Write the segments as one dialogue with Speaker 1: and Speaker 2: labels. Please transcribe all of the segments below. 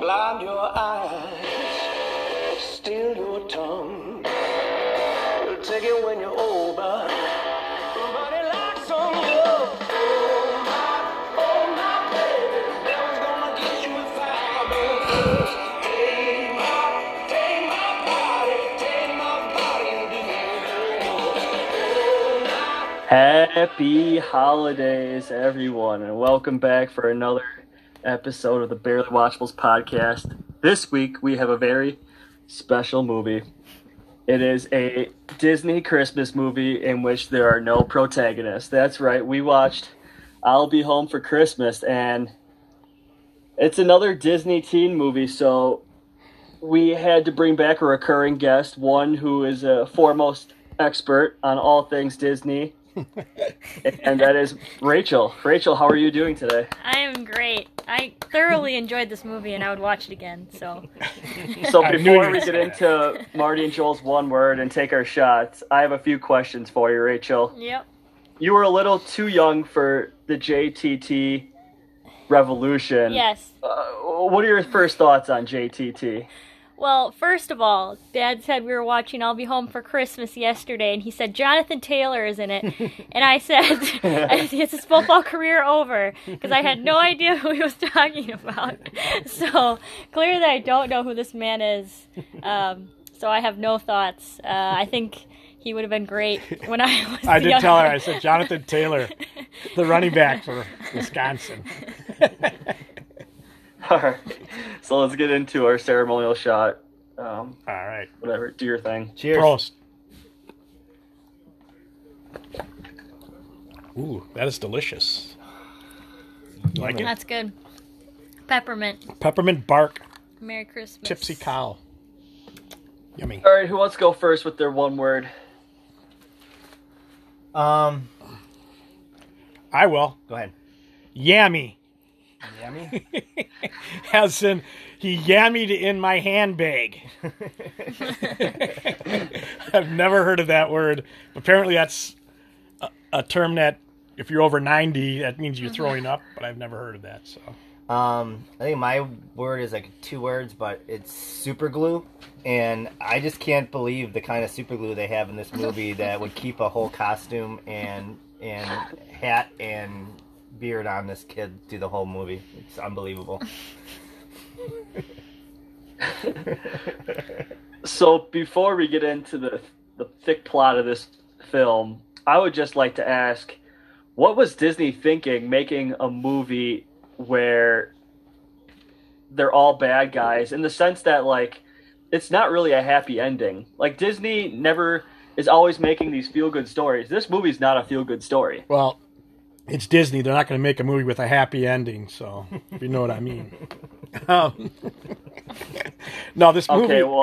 Speaker 1: blind your eyes, steal your tongue. You'll take it when you're old, but nobody likes some love. Oh, my, oh, my baby, devil's gonna get you if I go first. Take my, take my body, take my body and do what you want.
Speaker 2: Happy holidays, everyone, and welcome back for another episode of the Barely Watchables podcast. This week, we have a very special movie. It is a Disney Christmas movie in which there are no protagonists. That's right, we watched I'll Be Home for Christmas, and it's another Disney teen movie, so we had to bring back a recurring guest, one who is a foremost expert on all things Disney, and that is Rachel. Rachel, how are you doing today?
Speaker 3: I am great. I thoroughly enjoyed this movie and I would watch it again. So,
Speaker 2: So
Speaker 4: I knew
Speaker 2: before
Speaker 4: you'd
Speaker 2: we
Speaker 4: say
Speaker 2: get
Speaker 4: that.
Speaker 2: into Marty and Joel's one word and take our shots, I have a few questions for you, Rachel.
Speaker 3: yep.
Speaker 2: You were a little too young for the JTT revolution.
Speaker 3: Yes.
Speaker 2: Uh, what are your first thoughts on JTT?
Speaker 3: Well, first of all, Dad said we were watching I'll Be Home for Christmas yesterday and he said Jonathan Taylor is in it. and I said, it's his football career over because I had no idea who he was talking about. so, clearly I don't know who this man is. Um, so, I have no thoughts. Uh, I think he would have been great when I was
Speaker 4: I did
Speaker 3: younger.
Speaker 4: tell her. I said Jonathan Taylor, the running back for Wisconsin.
Speaker 2: All right, so let's get into our ceremonial shot. Um,
Speaker 4: All right,
Speaker 2: whatever, do your thing.
Speaker 5: Cheers.
Speaker 4: Prost. Ooh, that is delicious. Like it,
Speaker 3: That's good. Peppermint.
Speaker 4: peppermint bark,
Speaker 3: Merry Christmas.
Speaker 4: tipsy cow. Yummy.
Speaker 2: All right, who wants to go first with their one word?
Speaker 5: Um,
Speaker 4: I will.
Speaker 5: go ahead.
Speaker 4: Yammy,
Speaker 5: Yummy.
Speaker 4: as in he yammied in my handbag. I've never heard of that word. Apparently, that's a, a term that if you're over ninety, that means you're throwing up. But I've never heard of that. So.
Speaker 5: um, I think my word is like two words, but it's super glue, and I just can't believe the kind of super glue they have in this movie that would keep a whole costume and and hat and beard on this kid through the whole movie. It's unbelievable.
Speaker 2: So before we get into the the thick plot of this film, I would just like to ask, what was Disney thinking making a movie where they're all bad guys in the sense that like it's not really a happy ending. Like Disney never is always making these feel good stories. This movie's not a feel good story.
Speaker 4: Well, it's Disney. They're not going to make a movie with a happy ending, so if you know what I mean. Um, no, this movie,
Speaker 2: Okay, well,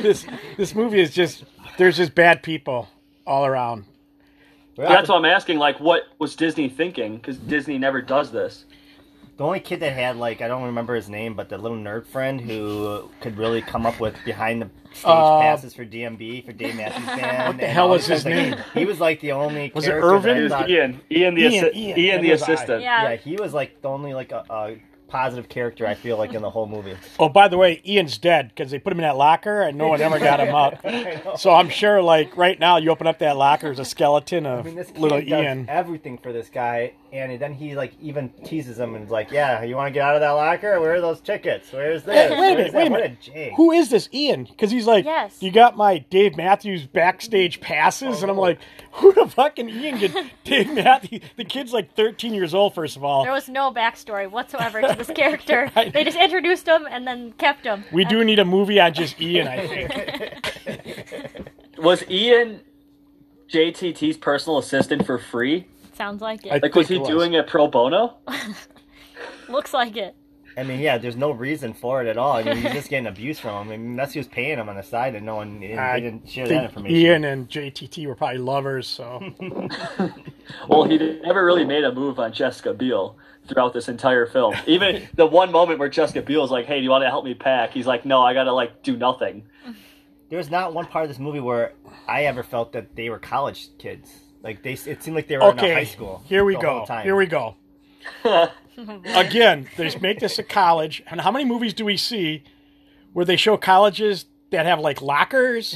Speaker 4: this this movie is just there's just bad people all around.
Speaker 2: that's what I'm asking. Like, what was Disney thinking? Because Disney never does this.
Speaker 5: The only kid that had like I don't remember his name, but the little nerd friend who could really come up with behind the stage
Speaker 4: Uh,
Speaker 5: passes for DMB for Dave Matthews Band. What
Speaker 4: the hell was his name?
Speaker 5: he was like the only.
Speaker 4: Was it
Speaker 5: character that I
Speaker 4: Irvin?
Speaker 2: It was
Speaker 5: thought-
Speaker 2: Ian, Ian the
Speaker 4: Ian,
Speaker 2: assi-
Speaker 4: Ian,
Speaker 2: Ian,
Speaker 4: that
Speaker 2: the
Speaker 4: was I.
Speaker 2: assistant.
Speaker 3: Yeah.
Speaker 5: Yeah, he was like the only like a, a positive character I feel like in the whole movie.
Speaker 4: Oh, by the way, Ian's dead because they put him in that locker and no one ever got him out. So I'm sure, like right now, you open up that locker, there's a skeleton of
Speaker 5: I mean, this kid
Speaker 4: little
Speaker 5: does
Speaker 4: Ian.
Speaker 5: everything for this guy, and then he like even teases him and is like, "Yeah, you want to get out of that locker? Where are those tickets? Where's this?
Speaker 4: Wait a minute,
Speaker 5: Where's that?
Speaker 4: wait a
Speaker 5: What
Speaker 4: minute.
Speaker 5: Jake.
Speaker 4: Who is this Ian? Because he's like,
Speaker 3: Yes.
Speaker 4: you got my Dave Matthews backstage passes, and I'm like, who the fuck can Ian get Dave Matthews? The kid's like 13 years old, first of all.
Speaker 3: There was no backstory whatsoever to this character. They just introduced him and then kept him.
Speaker 4: We do need a movie on just Ian, I think.
Speaker 2: Was Ian JTT's personal assistant for free?
Speaker 3: Sounds like it.
Speaker 4: I-
Speaker 2: Like, was he
Speaker 4: Think it was.
Speaker 2: doing it pro bono?
Speaker 3: Looks like it.
Speaker 5: I mean, yeah, there's no reason for it at all. I mean, he's just getting abuse from him. I mean, unless he was paying him on the side, and no one they didn't,
Speaker 4: I
Speaker 5: they didn't share that
Speaker 4: think
Speaker 5: information.
Speaker 4: Ian and JTT were probably lovers, so
Speaker 2: Well, he never really made a move on Jessica Biel throughout this entire film. Even the one moment where Jessica Biel's like, "Hey, do you want to help me pack?" He's like, "No, I gotta like do nothing."
Speaker 5: There's not one part of this movie where I ever felt that they were college kids. Like they, it seemed like they were in a high
Speaker 4: okay.
Speaker 5: school.
Speaker 4: Here we
Speaker 5: the whole
Speaker 4: go.
Speaker 5: time.
Speaker 4: Here we go. Again, they make this a college, and how many movies do we see where they show colleges that have like lockers?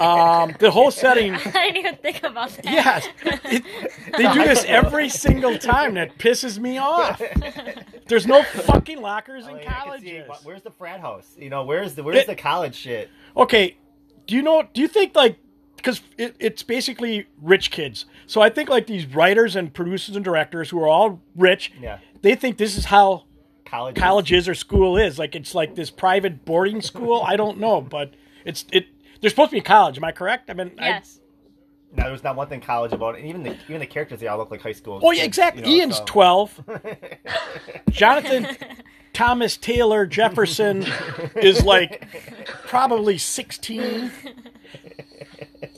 Speaker 4: Um, the whole setting.
Speaker 3: I didn't even think about that.
Speaker 4: Yes, It- they do this every single time. That pisses me off. There's no fucking lockers in
Speaker 5: Like, Oh, I could see,
Speaker 4: colleges.
Speaker 5: wh- where's the frat house? You know, where's the where's the college shit?
Speaker 4: Okay, do you know? Do you think like because it, it's basically rich kids? So I think like these writers and producers and directors who are all rich,
Speaker 5: Yeah.
Speaker 4: they think this is how
Speaker 5: College.
Speaker 4: college is or school is. Like it's like this private boarding school. I don't know, but it's it. They're supposed to be college. Am I correct? I mean, I-
Speaker 3: Yes.
Speaker 5: No, there's not one thing college about it. And even the even the characters they all look like high school.
Speaker 4: Oh yeah,
Speaker 5: kids,
Speaker 4: exactly.
Speaker 5: you know,
Speaker 4: Ian's
Speaker 5: so-
Speaker 4: twelve. Jonathan Thomas Taylor Jefferson is like probably sixteen.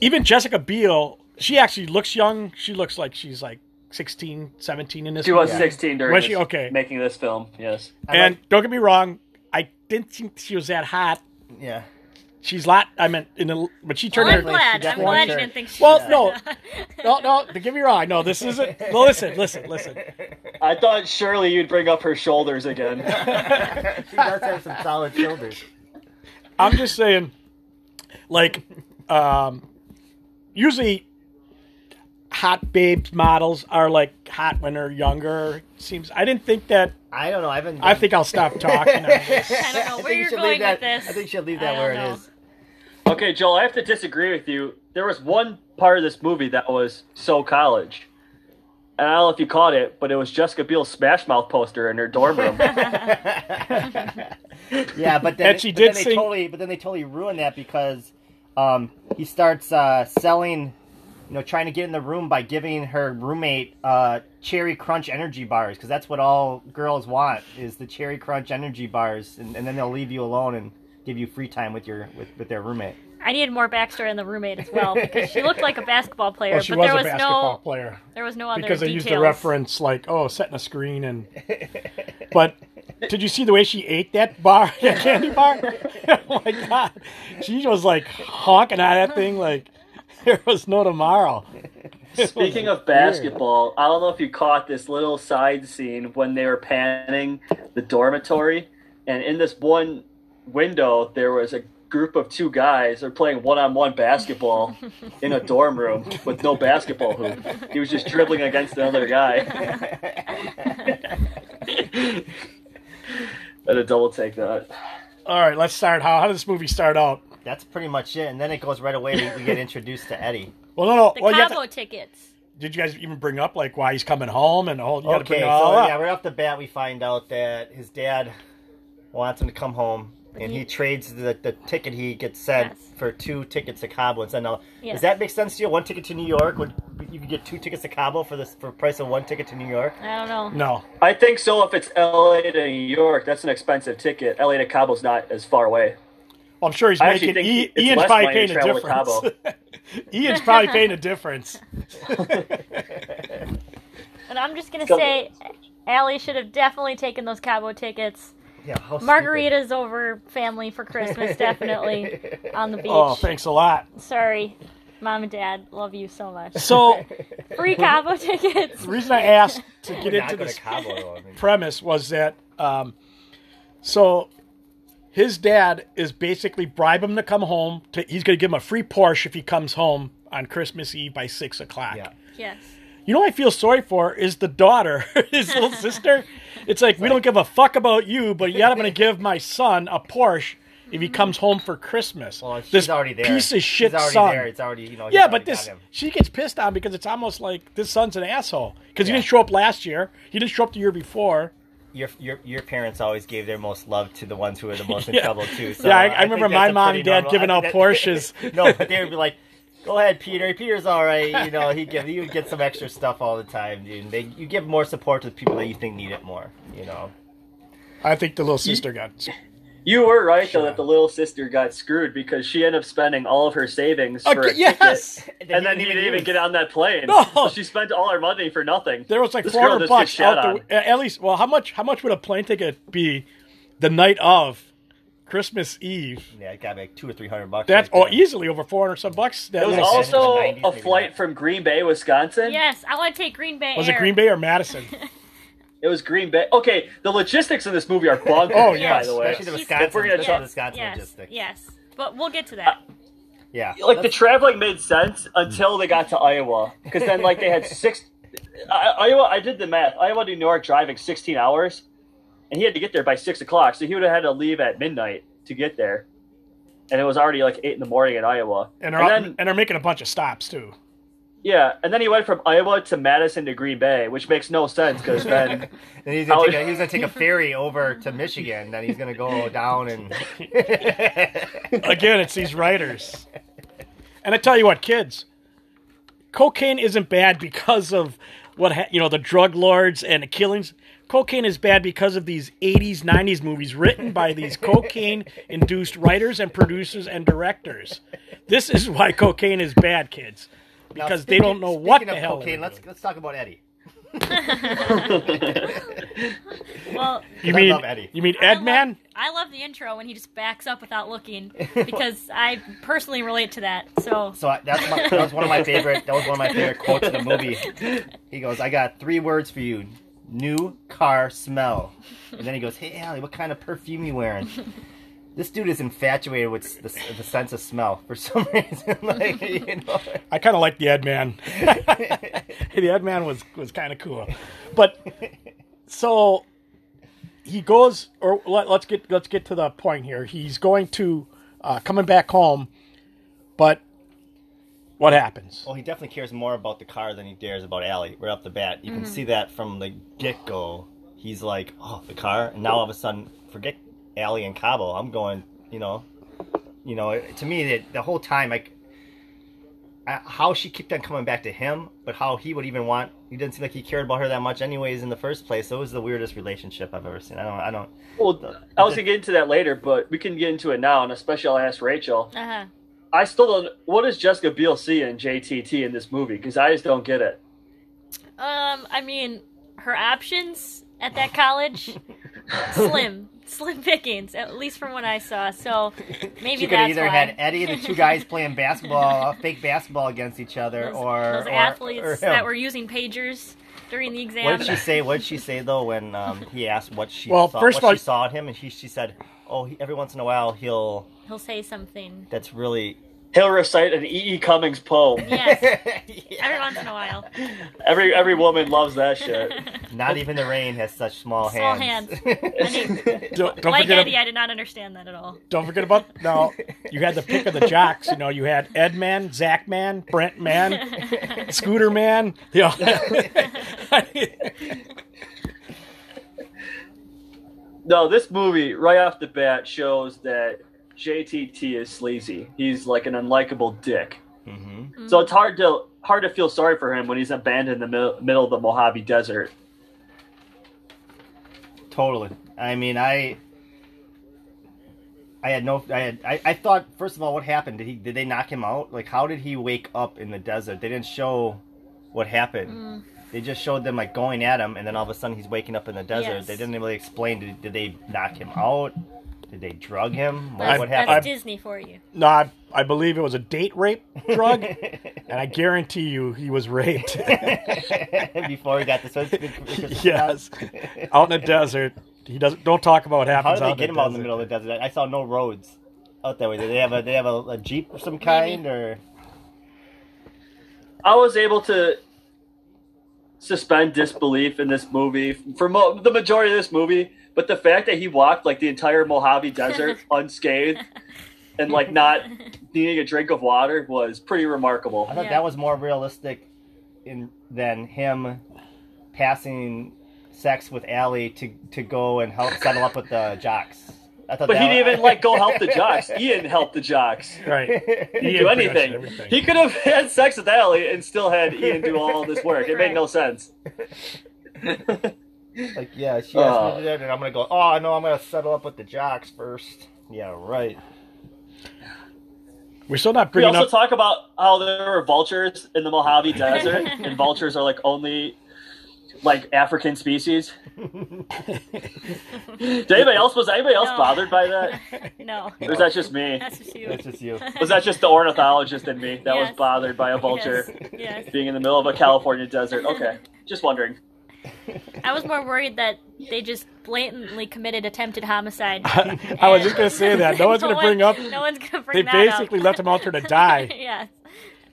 Speaker 4: Even Jessica Biel, she actually looks young. She looks like she's like 16, 17 in this.
Speaker 2: She was
Speaker 4: movie.
Speaker 2: 16 during
Speaker 4: Was she?
Speaker 2: this-
Speaker 4: Okay.
Speaker 2: making this film. Yes.
Speaker 5: I
Speaker 4: And
Speaker 5: like-
Speaker 4: don't get me wrong, I didn't think she was that hot.
Speaker 5: yeah.
Speaker 4: She's lot. I meant in the, but she turned
Speaker 3: Well, I'm
Speaker 4: her.
Speaker 5: she
Speaker 3: glad. I'm
Speaker 5: definitely
Speaker 3: glad you
Speaker 5: turned-
Speaker 3: didn't think she
Speaker 4: Well,
Speaker 3: was
Speaker 4: no,
Speaker 3: that.
Speaker 4: no, no. Don't get me wrong. No, this isn't. No, listen, listen, listen.
Speaker 2: I thought surely you'd bring up her shoulders again.
Speaker 5: she does have some solid shoulders.
Speaker 4: I'm just saying, like, um, usually hot babes models are like hot when they're younger. Seems I didn't think that.
Speaker 5: I don't know. I haven't.
Speaker 4: I think I'll stop talking. on this.
Speaker 3: I don't know
Speaker 5: I
Speaker 3: where
Speaker 5: think you
Speaker 3: you're
Speaker 5: should
Speaker 3: going with
Speaker 5: leave that.
Speaker 3: this.
Speaker 5: I think she'll leave
Speaker 3: I
Speaker 5: that
Speaker 3: don't
Speaker 5: where
Speaker 3: know.
Speaker 5: it is.
Speaker 2: okay, Joel, I have to disagree with you. There was one part of this movie that was so college. And I don't know if you caught it, but it was Jessica Biel's Smash Mouth poster in her dorm room.
Speaker 5: Yeah, but then,
Speaker 4: And she did
Speaker 5: but then they
Speaker 4: sing-
Speaker 5: totally but then they totally ruined that because um, he starts uh, selling you know trying to get in the room by giving her roommate uh, cherry crunch energy bars because that's what all girls want is the cherry crunch energy bars and, and then they'll leave you alone and give you free time with your with, with their roommate.
Speaker 3: I needed more backstory on the roommate as well because she looked like a basketball player,
Speaker 4: Well, she
Speaker 3: but
Speaker 4: was
Speaker 3: there
Speaker 4: a
Speaker 3: was
Speaker 4: basketball
Speaker 3: no
Speaker 4: player
Speaker 3: there was no other
Speaker 4: because they
Speaker 3: details.
Speaker 4: used the reference like, oh, setting a screen and. But did you see the way she ate that bar, that candy bar? oh my god, she was like honking at that thing like there was no tomorrow.
Speaker 2: Speaking of basketball, I don't know if you caught this little side scene when they were panning the dormitory, and in this one window there was a group of two guys are playing one-on-one basketball in a dorm room with no basketball hoop. He was just dribbling against another guy. Had a double take that.
Speaker 4: All right, let's start. How how did this movie start out?
Speaker 5: That's pretty much it, and then it goes right away. We, we get introduced to Eddie.
Speaker 4: Well, no, no.
Speaker 3: The
Speaker 4: well, you have
Speaker 3: combo
Speaker 4: to-
Speaker 3: tickets.
Speaker 4: did you guys even bring up like why he's coming home and all? You got to
Speaker 5: Okay,
Speaker 4: bring it
Speaker 5: so
Speaker 4: all up.
Speaker 5: yeah, right off the bat, we find out that his dad wants him to come home, and he trades the, the ticket he gets sent
Speaker 3: Yes.
Speaker 5: for two tickets to Cabo. And so now,
Speaker 3: Yes.
Speaker 5: does that make sense to you? One ticket to New York, would you can get two tickets to Cabo for this for the price of one ticket to New York?
Speaker 3: I don't know.
Speaker 4: No,
Speaker 2: I think so. If it's LA to New York, that's an expensive ticket. LA to Cabo's not as far away.
Speaker 4: well, I'm sure he's
Speaker 2: I actually
Speaker 4: making.
Speaker 2: think
Speaker 4: E-
Speaker 2: it's
Speaker 4: Ian's
Speaker 2: less
Speaker 4: probably
Speaker 2: money
Speaker 4: paying
Speaker 2: to
Speaker 4: a
Speaker 2: travel to
Speaker 4: difference. Ian's probably paying a difference.
Speaker 3: And I'm just gonna
Speaker 2: Go.
Speaker 3: say, Allie should have definitely taken those Cabo tickets.
Speaker 5: Yeah, how stupid.
Speaker 3: Margaritas over family for Christmas, definitely on the beach.
Speaker 4: Oh, thanks a lot.
Speaker 3: Sorry, mom and dad, love you so much.
Speaker 4: So
Speaker 3: Free Cabo tickets.
Speaker 4: the reason I asked to get
Speaker 5: We're
Speaker 4: into
Speaker 5: not going
Speaker 4: this
Speaker 5: to Cabo. Though. I mean,
Speaker 4: premise was that um, so his dad is basically bribe him to come home. To, he's going to give him a free Porsche if he comes home on Christmas Eve by six o'clock.
Speaker 5: yeah,
Speaker 3: Yes.
Speaker 4: You know, what I feel sorry for is the daughter, his little sister. It's like we don't give a fuck about you, but yet I'm going to give my son a Porsche if he comes home for Christmas.
Speaker 5: well, Oh, she's
Speaker 4: this
Speaker 5: already there.
Speaker 4: piece of shit
Speaker 5: He's already
Speaker 4: son.
Speaker 5: there. It's already you know. he's
Speaker 4: Yeah, but
Speaker 5: already got
Speaker 4: this
Speaker 5: him.
Speaker 4: she gets pissed on because it's almost like this son's an asshole because
Speaker 5: Yeah.
Speaker 4: he didn't show up last year. He didn't show up the year before.
Speaker 5: Your, your your parents always gave their most love to the ones who were the most in
Speaker 4: Yeah.
Speaker 5: trouble too. So
Speaker 4: yeah, I, I,
Speaker 5: think
Speaker 4: remember
Speaker 5: that's
Speaker 4: my
Speaker 5: a
Speaker 4: mom
Speaker 5: pretty
Speaker 4: and dad
Speaker 5: normal-
Speaker 4: giving
Speaker 5: I
Speaker 4: out
Speaker 5: think that-
Speaker 4: Porsches.
Speaker 5: no, but they would be like, "Go ahead, Peter. Peter's all right. You know, he give he would get some extra stuff all the time, dude. And They, you give more support to the people that you think need it more. You know,
Speaker 4: I think the little sister got.
Speaker 2: You were right though that the little sister got screwed because she ended up spending all of her savings for
Speaker 4: Okay,
Speaker 2: a
Speaker 4: yes,
Speaker 2: ticket, and then didn't even get on that plane.
Speaker 4: No.
Speaker 2: So she spent all her money for nothing.
Speaker 4: there was like
Speaker 2: This
Speaker 4: four
Speaker 2: girl
Speaker 4: hundred
Speaker 2: just gets
Speaker 4: bucks
Speaker 2: shot
Speaker 4: out
Speaker 2: on.
Speaker 4: the at least. Well, how much? How much would a plane ticket be the night of Christmas Eve?
Speaker 5: yeah, it got like two or three hundred bucks.
Speaker 4: That's
Speaker 5: right
Speaker 4: oh,
Speaker 5: there.
Speaker 4: easily over four hundred some bucks. That
Speaker 2: It was
Speaker 5: Like
Speaker 4: little sister-
Speaker 5: in the
Speaker 2: also
Speaker 5: 90s,
Speaker 2: a
Speaker 5: maybe
Speaker 2: flight
Speaker 5: not.
Speaker 2: from Green Bay, Wisconsin.
Speaker 3: Yes, I want to take Green Bay.
Speaker 4: was
Speaker 3: Air.
Speaker 4: it Green Bay or Madison?
Speaker 2: It was Green Bay. Okay, the logistics of this movie are bonkers.
Speaker 4: Oh,
Speaker 2: by
Speaker 4: yes,
Speaker 2: the way.
Speaker 5: Especially the
Speaker 3: She's-
Speaker 5: Wisconsin,
Speaker 2: If we're gonna
Speaker 5: especially
Speaker 2: talk-
Speaker 5: the Wisconsin
Speaker 3: yes,
Speaker 5: logistics.
Speaker 3: yes. But we'll get to that.
Speaker 5: Yeah.
Speaker 2: like the traveling made sense until they got to Iowa, because then like they had six. I, Iowa, I did the math. Iowa to New York driving sixteen hours, and he had to get there by six o'clock, so he would have had to leave at midnight to get there, and it was already like eight in the morning in Iowa.
Speaker 4: and are and,
Speaker 2: then
Speaker 4: are making a bunch of stops too.
Speaker 2: yeah, and then he went from Iowa to Madison to Green Bay, which makes no sense because then
Speaker 5: Then he's gonna,
Speaker 2: Oh,
Speaker 5: take a,
Speaker 2: yeah.
Speaker 5: he's gonna take a ferry over to Michigan. Then he's gonna go down and
Speaker 4: Again, it's these writers. And I tell you what, kids, cocaine isn't bad because of what ha- you know the drug lords and the killings. Cocaine is bad because of these 80s, 90s movies written by these cocaine induced writers and producers and directors. This is why cocaine is bad, kids.
Speaker 5: Now,
Speaker 4: Because they
Speaker 5: speaking-
Speaker 4: don't know what
Speaker 5: speaking
Speaker 4: the
Speaker 5: of
Speaker 4: hell.
Speaker 5: Cocaine,
Speaker 4: they're
Speaker 5: let's
Speaker 4: doing.
Speaker 5: let's talk about Eddie.
Speaker 3: Well,
Speaker 4: you
Speaker 5: I
Speaker 4: mean
Speaker 5: love Eddie.
Speaker 4: you mean
Speaker 3: I
Speaker 4: Ed
Speaker 3: love-
Speaker 4: Man?
Speaker 3: I love the intro when he just backs up without looking because I personally relate to that. So
Speaker 5: So I, that's my, that was one of my favorite. That was one of my favorite quotes in the movie. He goes, "I got three words for you: new car smell." And then he goes, "Hey Allie, what kind of perfume you wearing?" This dude is infatuated with the, the sense of smell for some reason. Like you know,
Speaker 4: I kind of like the Ed Man. the Ed Man was was kind of cool, but so he goes, or let, us get let's get to the point here. He's going to uh, coming back home, but what happens?
Speaker 5: well, he definitely cares more about the car than he dares about Allie. Right off the bat, you
Speaker 3: Mm-hmm.
Speaker 5: can see that from the get go. He's like, "Oh, the car," and now all of a sudden, forget Allie and Cabo. I'm going, you know, you know. it- To me, the, the whole time, like I- how she kept on coming back to him, but how he would even want. He didn't seem like he cared about her that much, anyways, in the first place. So it was the weirdest relationship I've ever seen. I don't. I don't.
Speaker 2: well, I was gonna get into that later, but we can get into it now, and especially I'll ask Rachel.
Speaker 3: uh-huh.
Speaker 2: I still don't. What does Jessica Biel see in JTT in this movie? Because I just don't get it.
Speaker 3: um, I mean, her options at that college slim, slim pickings, at least from what I saw. So maybe
Speaker 5: She could have
Speaker 3: that's
Speaker 5: either
Speaker 3: why.
Speaker 5: had Eddie and the two guys playing basketball, fake basketball against each other,
Speaker 3: those,
Speaker 5: or
Speaker 3: those
Speaker 5: or-
Speaker 3: athletes
Speaker 5: or him.
Speaker 3: that were using pagers during the exam.
Speaker 5: What did she say? What did she say though when um, he asked what she
Speaker 4: Well,
Speaker 5: saw,
Speaker 4: first of
Speaker 5: what
Speaker 4: all-
Speaker 5: she saw in him, and she she said, "Oh, he, every once in a while he'll
Speaker 3: He'll say something.
Speaker 5: that's really
Speaker 2: He'll recite an E. E. Cummings poem.
Speaker 3: Yes,
Speaker 5: Yeah.
Speaker 3: every once in a while.
Speaker 2: Every every woman loves that shit.
Speaker 5: not even the rain has such small
Speaker 3: Small
Speaker 5: hands."
Speaker 3: And he-
Speaker 4: Don't, don't
Speaker 3: like
Speaker 4: forget,
Speaker 3: Eddie, I did not understand that at all.
Speaker 4: don't forget about no. You had the pick of the jocks. You know, you had Ed Man, Zach Man, Brent Man, Scooter Man. You know.
Speaker 2: No, this movie right off the bat shows that JTT is sleazy. He's like an unlikable dick.
Speaker 5: hmm
Speaker 2: So it's hard to hard to feel sorry for him when he's abandoned in the middle, middle of the Mojave Desert.
Speaker 5: Totally. I mean, I. I had no. I had. I, I thought first of all, what happened? Did he? Did they knock him out? Like, how did he wake up in the desert? They didn't show what happened. They just showed them like going at him, and then all of a sudden he's waking up in the desert.
Speaker 3: Yes.
Speaker 5: They didn't really explain. Did, did they knock him out? Did they drug him? What,
Speaker 3: That's,
Speaker 5: what
Speaker 3: that's
Speaker 5: happened?
Speaker 3: Disney for you.
Speaker 4: No, I, I believe it was a date rape drug, and I guarantee you he was raped.
Speaker 5: Before he got the Christmas
Speaker 4: yes, out in the desert. He doesn't. Don't talk about what
Speaker 5: How
Speaker 4: happens
Speaker 5: did they
Speaker 4: out
Speaker 5: get
Speaker 4: in
Speaker 5: him
Speaker 4: the
Speaker 5: out in the middle of the desert? I saw no roads out that way. Did they have a they have a, a jeep of some kind or?
Speaker 2: I was able to suspend disbelief in this movie for mo- the majority of this movie, but the fact that he walked like the entire Mojave Desert unscathed and like not needing a drink of water was pretty remarkable.
Speaker 5: I thought
Speaker 3: Yeah.
Speaker 5: that was more realistic in than him passing sex with Allie to to go and help settle up with the jocks. I thought
Speaker 2: But
Speaker 5: that
Speaker 2: he didn't even like go help the jocks. He didn't help the jocks.
Speaker 4: Right.
Speaker 5: even
Speaker 4: He
Speaker 2: do
Speaker 4: had pretty much
Speaker 2: anything.
Speaker 4: everything.
Speaker 2: He could have had sex with Allie and still had Ian do all this work. It
Speaker 3: Right.
Speaker 2: made no sense.
Speaker 5: like yeah, she asked
Speaker 2: Oh.
Speaker 5: me to do that, and I'm gonna go. Oh no, I'm gonna settle up with the jocks first. Yeah, right.
Speaker 4: We're still not
Speaker 2: We
Speaker 4: bringing
Speaker 2: also
Speaker 4: up.
Speaker 2: talk about how there were vultures in the Mojave Desert, and vultures are like only like African species. Did anybody else was anybody else
Speaker 3: No.
Speaker 2: bothered by that,
Speaker 3: No,
Speaker 2: or is that just me?
Speaker 3: that's just you.
Speaker 5: That's just you.
Speaker 2: Was that just the ornithologist in me that
Speaker 3: Yes.
Speaker 2: was bothered by a vulture
Speaker 3: Yes. yes.
Speaker 2: being in the middle of a California desert? Okay, just wondering.
Speaker 3: I was more worried that they just blatantly committed attempted homicide.
Speaker 4: I was just gonna say that. No one's gonna bring up.
Speaker 3: No one's gonna bring
Speaker 4: They
Speaker 3: that up.
Speaker 4: basically left him out there to die.
Speaker 3: yes.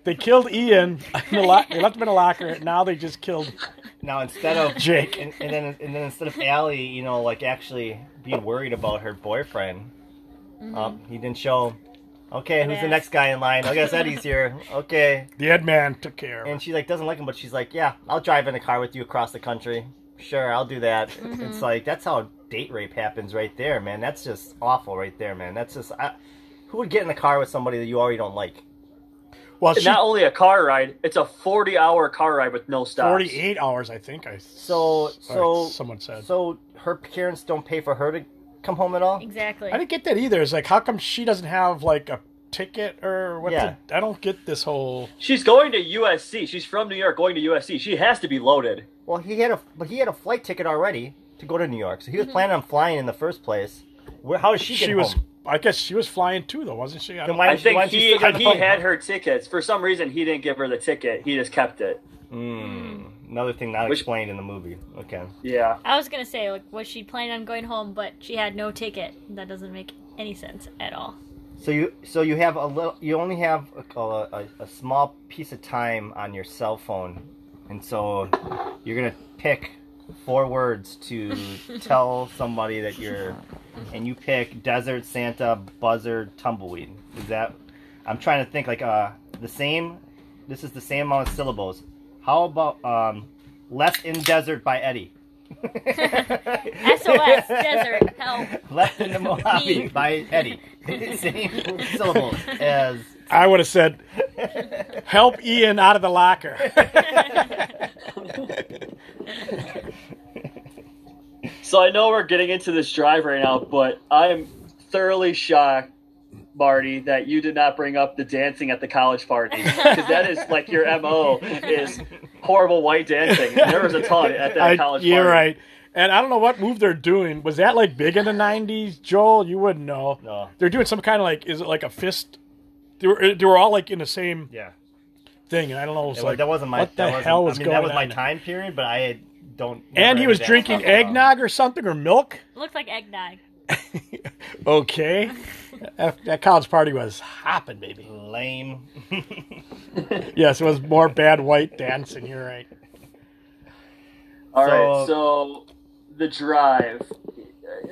Speaker 4: They killed Ian. In the lo- they left him in a locker. Now they just killed
Speaker 5: Now instead of
Speaker 4: Jake.
Speaker 5: and, and then and then instead of Allie, you know, like actually being worried about her boyfriend, um, he didn't show. Okay, who's the
Speaker 3: Yes.
Speaker 5: next guy in line? I guess Eddie's here. Okay,
Speaker 4: the Ed Man. Took care. of
Speaker 5: and she like doesn't like him, but she's like, yeah, I'll drive in a car with you across the country. Sure, I'll do that. It's like that's how date rape happens right there, man. That's just awful right there, man. That's just I, who would get in the car with somebody that you already don't like.
Speaker 4: it. Well, she
Speaker 2: Not only a car ride, it's a 40 hour car ride with no stops.
Speaker 4: forty-eight hours, I think. I
Speaker 5: So so
Speaker 4: someone said.
Speaker 5: so her parents don't pay for her to come home at all.
Speaker 3: Exactly.
Speaker 4: I didn't get that either. It's like, how come she doesn't have like a ticket or what?
Speaker 5: Yeah.
Speaker 4: the- I don't get this whole.
Speaker 2: She's going to USC. She's from New York, going to USC. She has to be loaded.
Speaker 5: Well, he had a but he had a flight ticket already to go to New York, so he was planning on flying in the first place. Where how did she get
Speaker 4: She was.
Speaker 5: home?
Speaker 4: I guess she was flying too, though, wasn't she? I
Speaker 5: Then
Speaker 4: don't-
Speaker 5: why
Speaker 2: I
Speaker 5: did she,
Speaker 2: think
Speaker 5: why did she
Speaker 2: he,
Speaker 5: still get on the
Speaker 2: he
Speaker 5: plane?
Speaker 2: had her tickets. For some reason, he didn't give her the ticket. He just kept it.
Speaker 5: Mm, another thing not
Speaker 2: Which-
Speaker 5: explained in the movie. Okay,
Speaker 2: Yeah.
Speaker 3: I was gonna say, like, was she planning on going home, but she had no ticket? That doesn't make any sense at all.
Speaker 5: so you so you have a little you only have a, a, a small piece of time on your cell phone, and so you're gonna pick four words to tell somebody that you're, and you pick desert Santa buzzard tumbleweed. Is that? I'm trying to think like uh the same. This is the same amount of syllables. How about um, left in desert by Eddie.
Speaker 3: SOS, desert, help.
Speaker 5: Left in the Mojave
Speaker 3: Me.
Speaker 5: by Eddie. Same syllables as.
Speaker 4: I would have said, "Help Ian out of the locker."
Speaker 2: So I know we're getting into this drive right now, but I am thoroughly shocked, Marty, that you did not bring up the dancing at the college party because that is like your mo is horrible white dancing. And there was a ton at that
Speaker 4: I-
Speaker 2: college
Speaker 4: you're
Speaker 2: party.
Speaker 4: right. And I don't know what move they're doing. Was that like big in the '90s, Joel? You wouldn't know.
Speaker 5: No.
Speaker 4: They're doing some kind of like, is it like a fist? They were, they were all like in the same
Speaker 5: Yeah.
Speaker 4: thing, and I don't know. It was
Speaker 5: That,
Speaker 4: like,
Speaker 5: that wasn't my.
Speaker 4: What the
Speaker 5: that wasn't,
Speaker 4: hell was
Speaker 5: I mean,
Speaker 4: going
Speaker 5: That was
Speaker 4: on?
Speaker 5: my time period, but I had- don't.
Speaker 4: And
Speaker 5: never
Speaker 4: he was
Speaker 5: had that
Speaker 4: drinking
Speaker 5: stuff at all.
Speaker 4: eggnog or something or milk.
Speaker 3: Looked like eggnog.
Speaker 4: Okay, that, that college party was hopping, baby.
Speaker 5: Lame.
Speaker 4: Yes, it was more bad white dancing. You're right.
Speaker 2: All right,
Speaker 5: So-
Speaker 2: so the drive.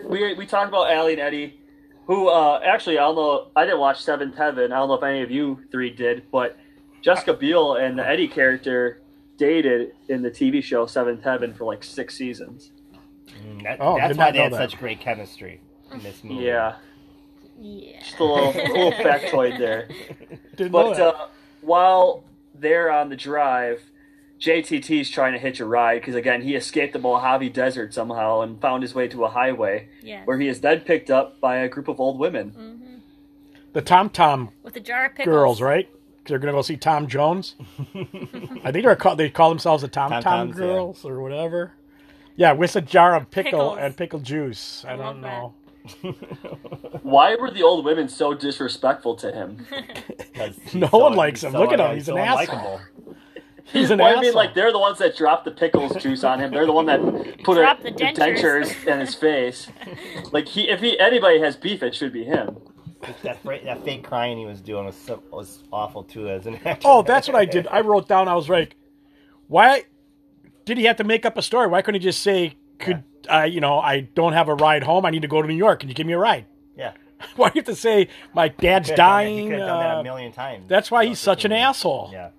Speaker 2: We we talked about Allie and Eddie, who uh, actually I don't know. I didn't watch Seventh Heaven. I don't know if any of you three did, but Jessica Biel and the Eddie character dated in the TV show Seventh Heaven for like six seasons.
Speaker 5: Mm, that-
Speaker 4: Oh,
Speaker 5: that's
Speaker 4: did
Speaker 5: why
Speaker 4: not
Speaker 5: they
Speaker 4: know
Speaker 5: had
Speaker 4: that.
Speaker 5: such great chemistry in this movie.
Speaker 2: Yeah,
Speaker 3: Yeah.
Speaker 2: just a little, a little factoid there.
Speaker 4: Didn't know
Speaker 2: But
Speaker 4: that.
Speaker 2: uh, while they're on the drive, JTT's trying to hitch a ride because again he escaped the Mojave Desert somehow and found his way to a highway
Speaker 3: Yes.
Speaker 2: where he is then picked up by a group of old women.
Speaker 3: Mm-hmm.
Speaker 4: the Tom Tom
Speaker 3: With a jar of pickles.
Speaker 4: girls, right? They're gonna go see Tom Jones. I think they're called, they call themselves the Tom Tom,
Speaker 5: Tom Toms, yeah.
Speaker 4: girls or whatever. Yeah, with a jar of pickle
Speaker 3: Pickles.
Speaker 4: and pickle juice. I,
Speaker 3: love
Speaker 4: don't know.
Speaker 2: Why were the old women so disrespectful to him?
Speaker 5: 'Cause he's
Speaker 4: No
Speaker 5: so-
Speaker 4: one likes
Speaker 5: he's
Speaker 4: him.
Speaker 5: so
Speaker 4: Look at
Speaker 5: un-
Speaker 4: him. He's
Speaker 5: so
Speaker 4: an asshole.
Speaker 5: unlikable.
Speaker 4: He's an
Speaker 2: Well, I
Speaker 4: asshole.
Speaker 2: mean, like they're the ones that dropped the pickles juice on him. They're the one that put a,
Speaker 3: Dropped the
Speaker 2: dentures.
Speaker 3: dentures.
Speaker 2: in his face. Like he, if he anybody has beef, it should be him.
Speaker 5: That, fra- that fake crying he was doing was, so, was awful too as an actor.
Speaker 4: oh, that's what I did. I wrote down. I was like, why did he have to make up a story? Why couldn't he just say, could uh, you know, I don't have a ride home. I need to go to New York. Can you give me a ride?
Speaker 5: yeah.
Speaker 4: Why do you have to say my dad's
Speaker 5: He could've done that- He
Speaker 4: dying?
Speaker 5: could have done that
Speaker 4: uh,
Speaker 5: a million times.
Speaker 4: that's why
Speaker 5: You know,
Speaker 4: he's
Speaker 5: this
Speaker 4: such an
Speaker 5: movie.
Speaker 4: asshole.
Speaker 5: Yeah.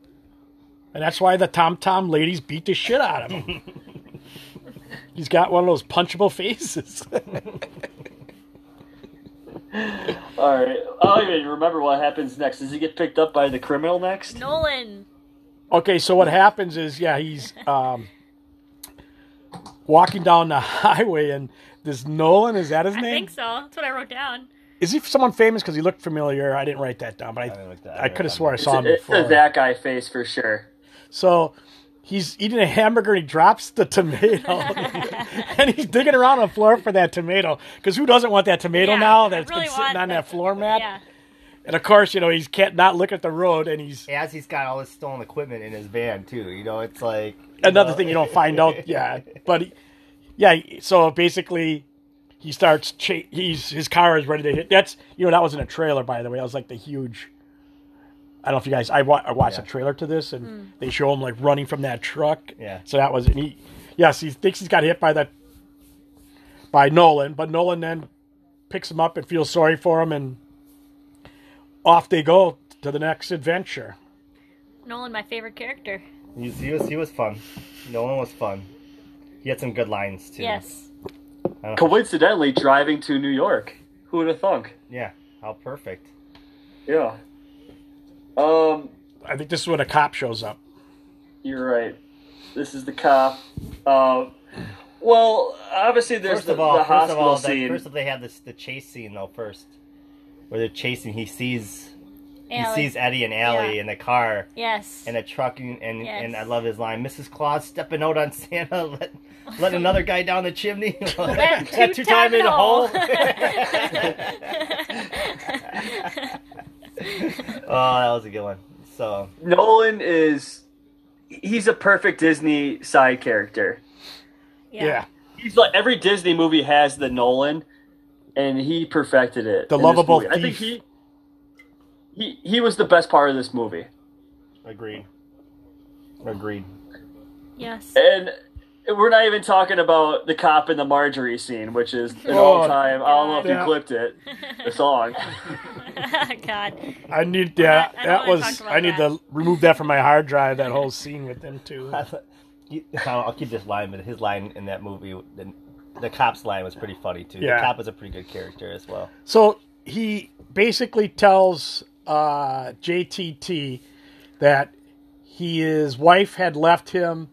Speaker 4: And that's why the Tom Tom ladies beat the shit out of him. He's got one of those punchable faces.
Speaker 2: All right, I don't even remember what happens next. Does he get picked up by the criminal next?
Speaker 3: Nolan.
Speaker 4: okay, so what happens is, yeah, he's um, walking down the highway, and this Nolan, is that his
Speaker 3: I
Speaker 4: name?
Speaker 3: think so. That's what I wrote down.
Speaker 4: Is he someone famous? Because he looked familiar. I didn't write that down, but
Speaker 5: didn't
Speaker 4: I,
Speaker 5: look that-
Speaker 4: I,
Speaker 5: I
Speaker 4: could have
Speaker 5: don't
Speaker 4: swore I
Speaker 2: It's
Speaker 4: saw him
Speaker 2: a- it's
Speaker 4: before.
Speaker 2: a that guy face for sure.
Speaker 4: So he's eating a hamburger and he drops the tomato. and he's digging around on the floor for that tomato. Because who doesn't want that tomato
Speaker 3: Yeah,
Speaker 4: now
Speaker 3: I
Speaker 4: that's
Speaker 3: really
Speaker 4: been sitting
Speaker 3: want
Speaker 4: on that
Speaker 3: that-
Speaker 4: floor mat?
Speaker 3: Yeah.
Speaker 4: And of course, you know, he's can't not look at the road and he's
Speaker 5: As he's got all this stolen equipment in his van too. You know, it's like
Speaker 4: another thing you don't find out. Yeah, but he- yeah. So basically, he starts. Cha- he's his car is ready to hit. That's you know that was in a trailer by the way. That was like the huge. I don't know if you guys. I, wa- I watched a trailer to this, and they show him like running from that truck.
Speaker 5: Yeah.
Speaker 4: So that was and he. Yes, he thinks he's got hit by that. By Nolan, but Nolan then picks him up and feels sorry for him, and off they go to the next adventure.
Speaker 3: Nolan, my favorite character.
Speaker 5: He, he was he was fun. Nolan was fun. He had some good lines too. Uh,
Speaker 3: Yes.
Speaker 2: Coincidentally, driving to New York. Who would have thunk?
Speaker 5: Yeah. How perfect.
Speaker 2: Yeah. Um,
Speaker 4: I think this is when a cop shows up.
Speaker 2: you're right. This is the cop. Uh, well, obviously there's
Speaker 5: First
Speaker 2: the,
Speaker 5: of all,
Speaker 2: the
Speaker 5: first of
Speaker 2: hospital
Speaker 5: all, that-
Speaker 2: scene.
Speaker 5: first of they have this the chase scene though first, where they're chasing. He sees
Speaker 3: Allie.
Speaker 5: he sees Eddie and Allie
Speaker 3: Yeah.
Speaker 5: in the car
Speaker 3: Yes.
Speaker 5: in a truck, and and,
Speaker 3: Yes.
Speaker 5: and I love his line. Mrs. Claus stepping out on Santa, let, let another guy down the chimney.
Speaker 3: That two-time
Speaker 5: That two-time in a hole. oh, that was a good one. So
Speaker 2: Nolan is he's a perfect Disney side character.
Speaker 3: yeah.
Speaker 2: He's like every Disney movie has the Nolan, and he perfected it.
Speaker 4: The
Speaker 2: in this
Speaker 4: lovable
Speaker 2: movie. I think
Speaker 4: thief.
Speaker 2: he he he was the best part of this movie,
Speaker 5: agreed. Agreed.
Speaker 3: Yes.
Speaker 2: and we're not even talking about the cop and the Marjorie scene, which is an
Speaker 4: Oh,
Speaker 2: all time. I don't know if
Speaker 4: yeah.
Speaker 2: you clipped it, the song.
Speaker 3: God.
Speaker 4: I need that.
Speaker 3: I- I don't
Speaker 4: that
Speaker 3: wanna
Speaker 4: was.
Speaker 3: talk about
Speaker 4: I need
Speaker 3: that.
Speaker 4: to remove that from my hard drive. That whole scene with them two.
Speaker 5: He- I'll I'll keep this line, but his line in that movie, the, the cop's line was pretty funny too.
Speaker 4: Yeah.
Speaker 5: The cop was a pretty good character as well.
Speaker 4: So he basically tells uh, JTT that he his wife had left him.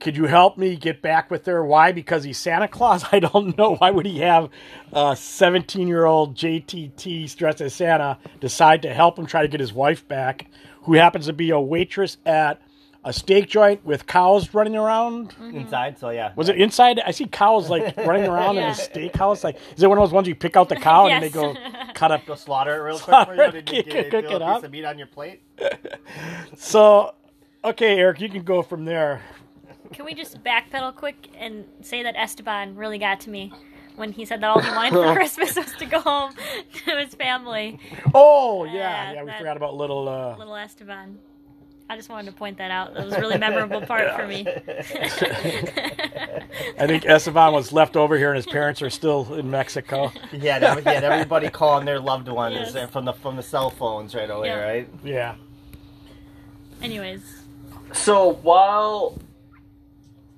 Speaker 4: Could you help me get back with her? Why? Because he's Santa Claus. I don't know. Why would he have uh, a 17 year old JTT dressed as Santa decide to help him try to get his wife back, who happens to be a waitress at a steak joint with cows running around?
Speaker 3: Mm-hmm.
Speaker 5: Inside, so yeah.
Speaker 4: Was it inside? I see cows like running around
Speaker 3: Yeah.
Speaker 4: in a steakhouse. Like, is it one of those ones you pick out the cow and then they go cut up?
Speaker 5: Go slaughter it real quick for
Speaker 4: Slaughter
Speaker 5: you.
Speaker 4: it,
Speaker 5: Did
Speaker 4: kick
Speaker 5: you
Speaker 4: it,
Speaker 5: get
Speaker 4: cook
Speaker 5: feel
Speaker 4: it
Speaker 5: a piece
Speaker 4: up.
Speaker 5: of meat on your plate?
Speaker 4: So, okay, Eric, you can go from there.
Speaker 3: Can we just backpedal quick and say that Esteban really got to me when he said that all he wanted for Christmas was to go home to his family?
Speaker 4: Oh yeah,
Speaker 3: Yeah,
Speaker 4: yeah, we
Speaker 3: that-
Speaker 4: forgot about little. Uh,
Speaker 3: Little Esteban. I just wanted to point that out. That was a really memorable part for me.
Speaker 4: I think Esteban was left over here, and his parents are still in Mexico.
Speaker 5: He had, every, he had everybody calling their loved ones
Speaker 3: Yes.
Speaker 5: uh, from the from the cell phones right away,
Speaker 3: Yeah.
Speaker 5: right?
Speaker 4: Yeah,
Speaker 3: Anyways,
Speaker 2: So while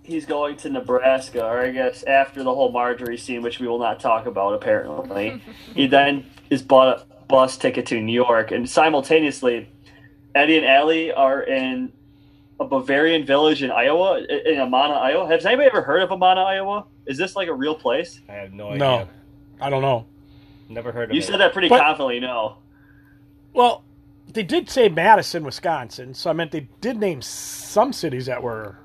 Speaker 2: he's going to Nebraska, or I guess after the whole Marjorie scene, which we will not talk about apparently, he then is bought a bus ticket to New York, and simultaneously, Eddie and Allie are in a Bavarian village in Iowa, in in Amana, Iowa. Has anybody ever heard of Amana, Iowa? Is this like a real place?
Speaker 5: I have no,
Speaker 4: no,
Speaker 5: idea.
Speaker 4: I don't know.
Speaker 5: Never heard of
Speaker 2: You
Speaker 5: it.
Speaker 2: said that pretty
Speaker 4: But-
Speaker 2: confidently, no.
Speaker 4: Well, they did say Madison, Wisconsin, so I meant they did name some cities that were.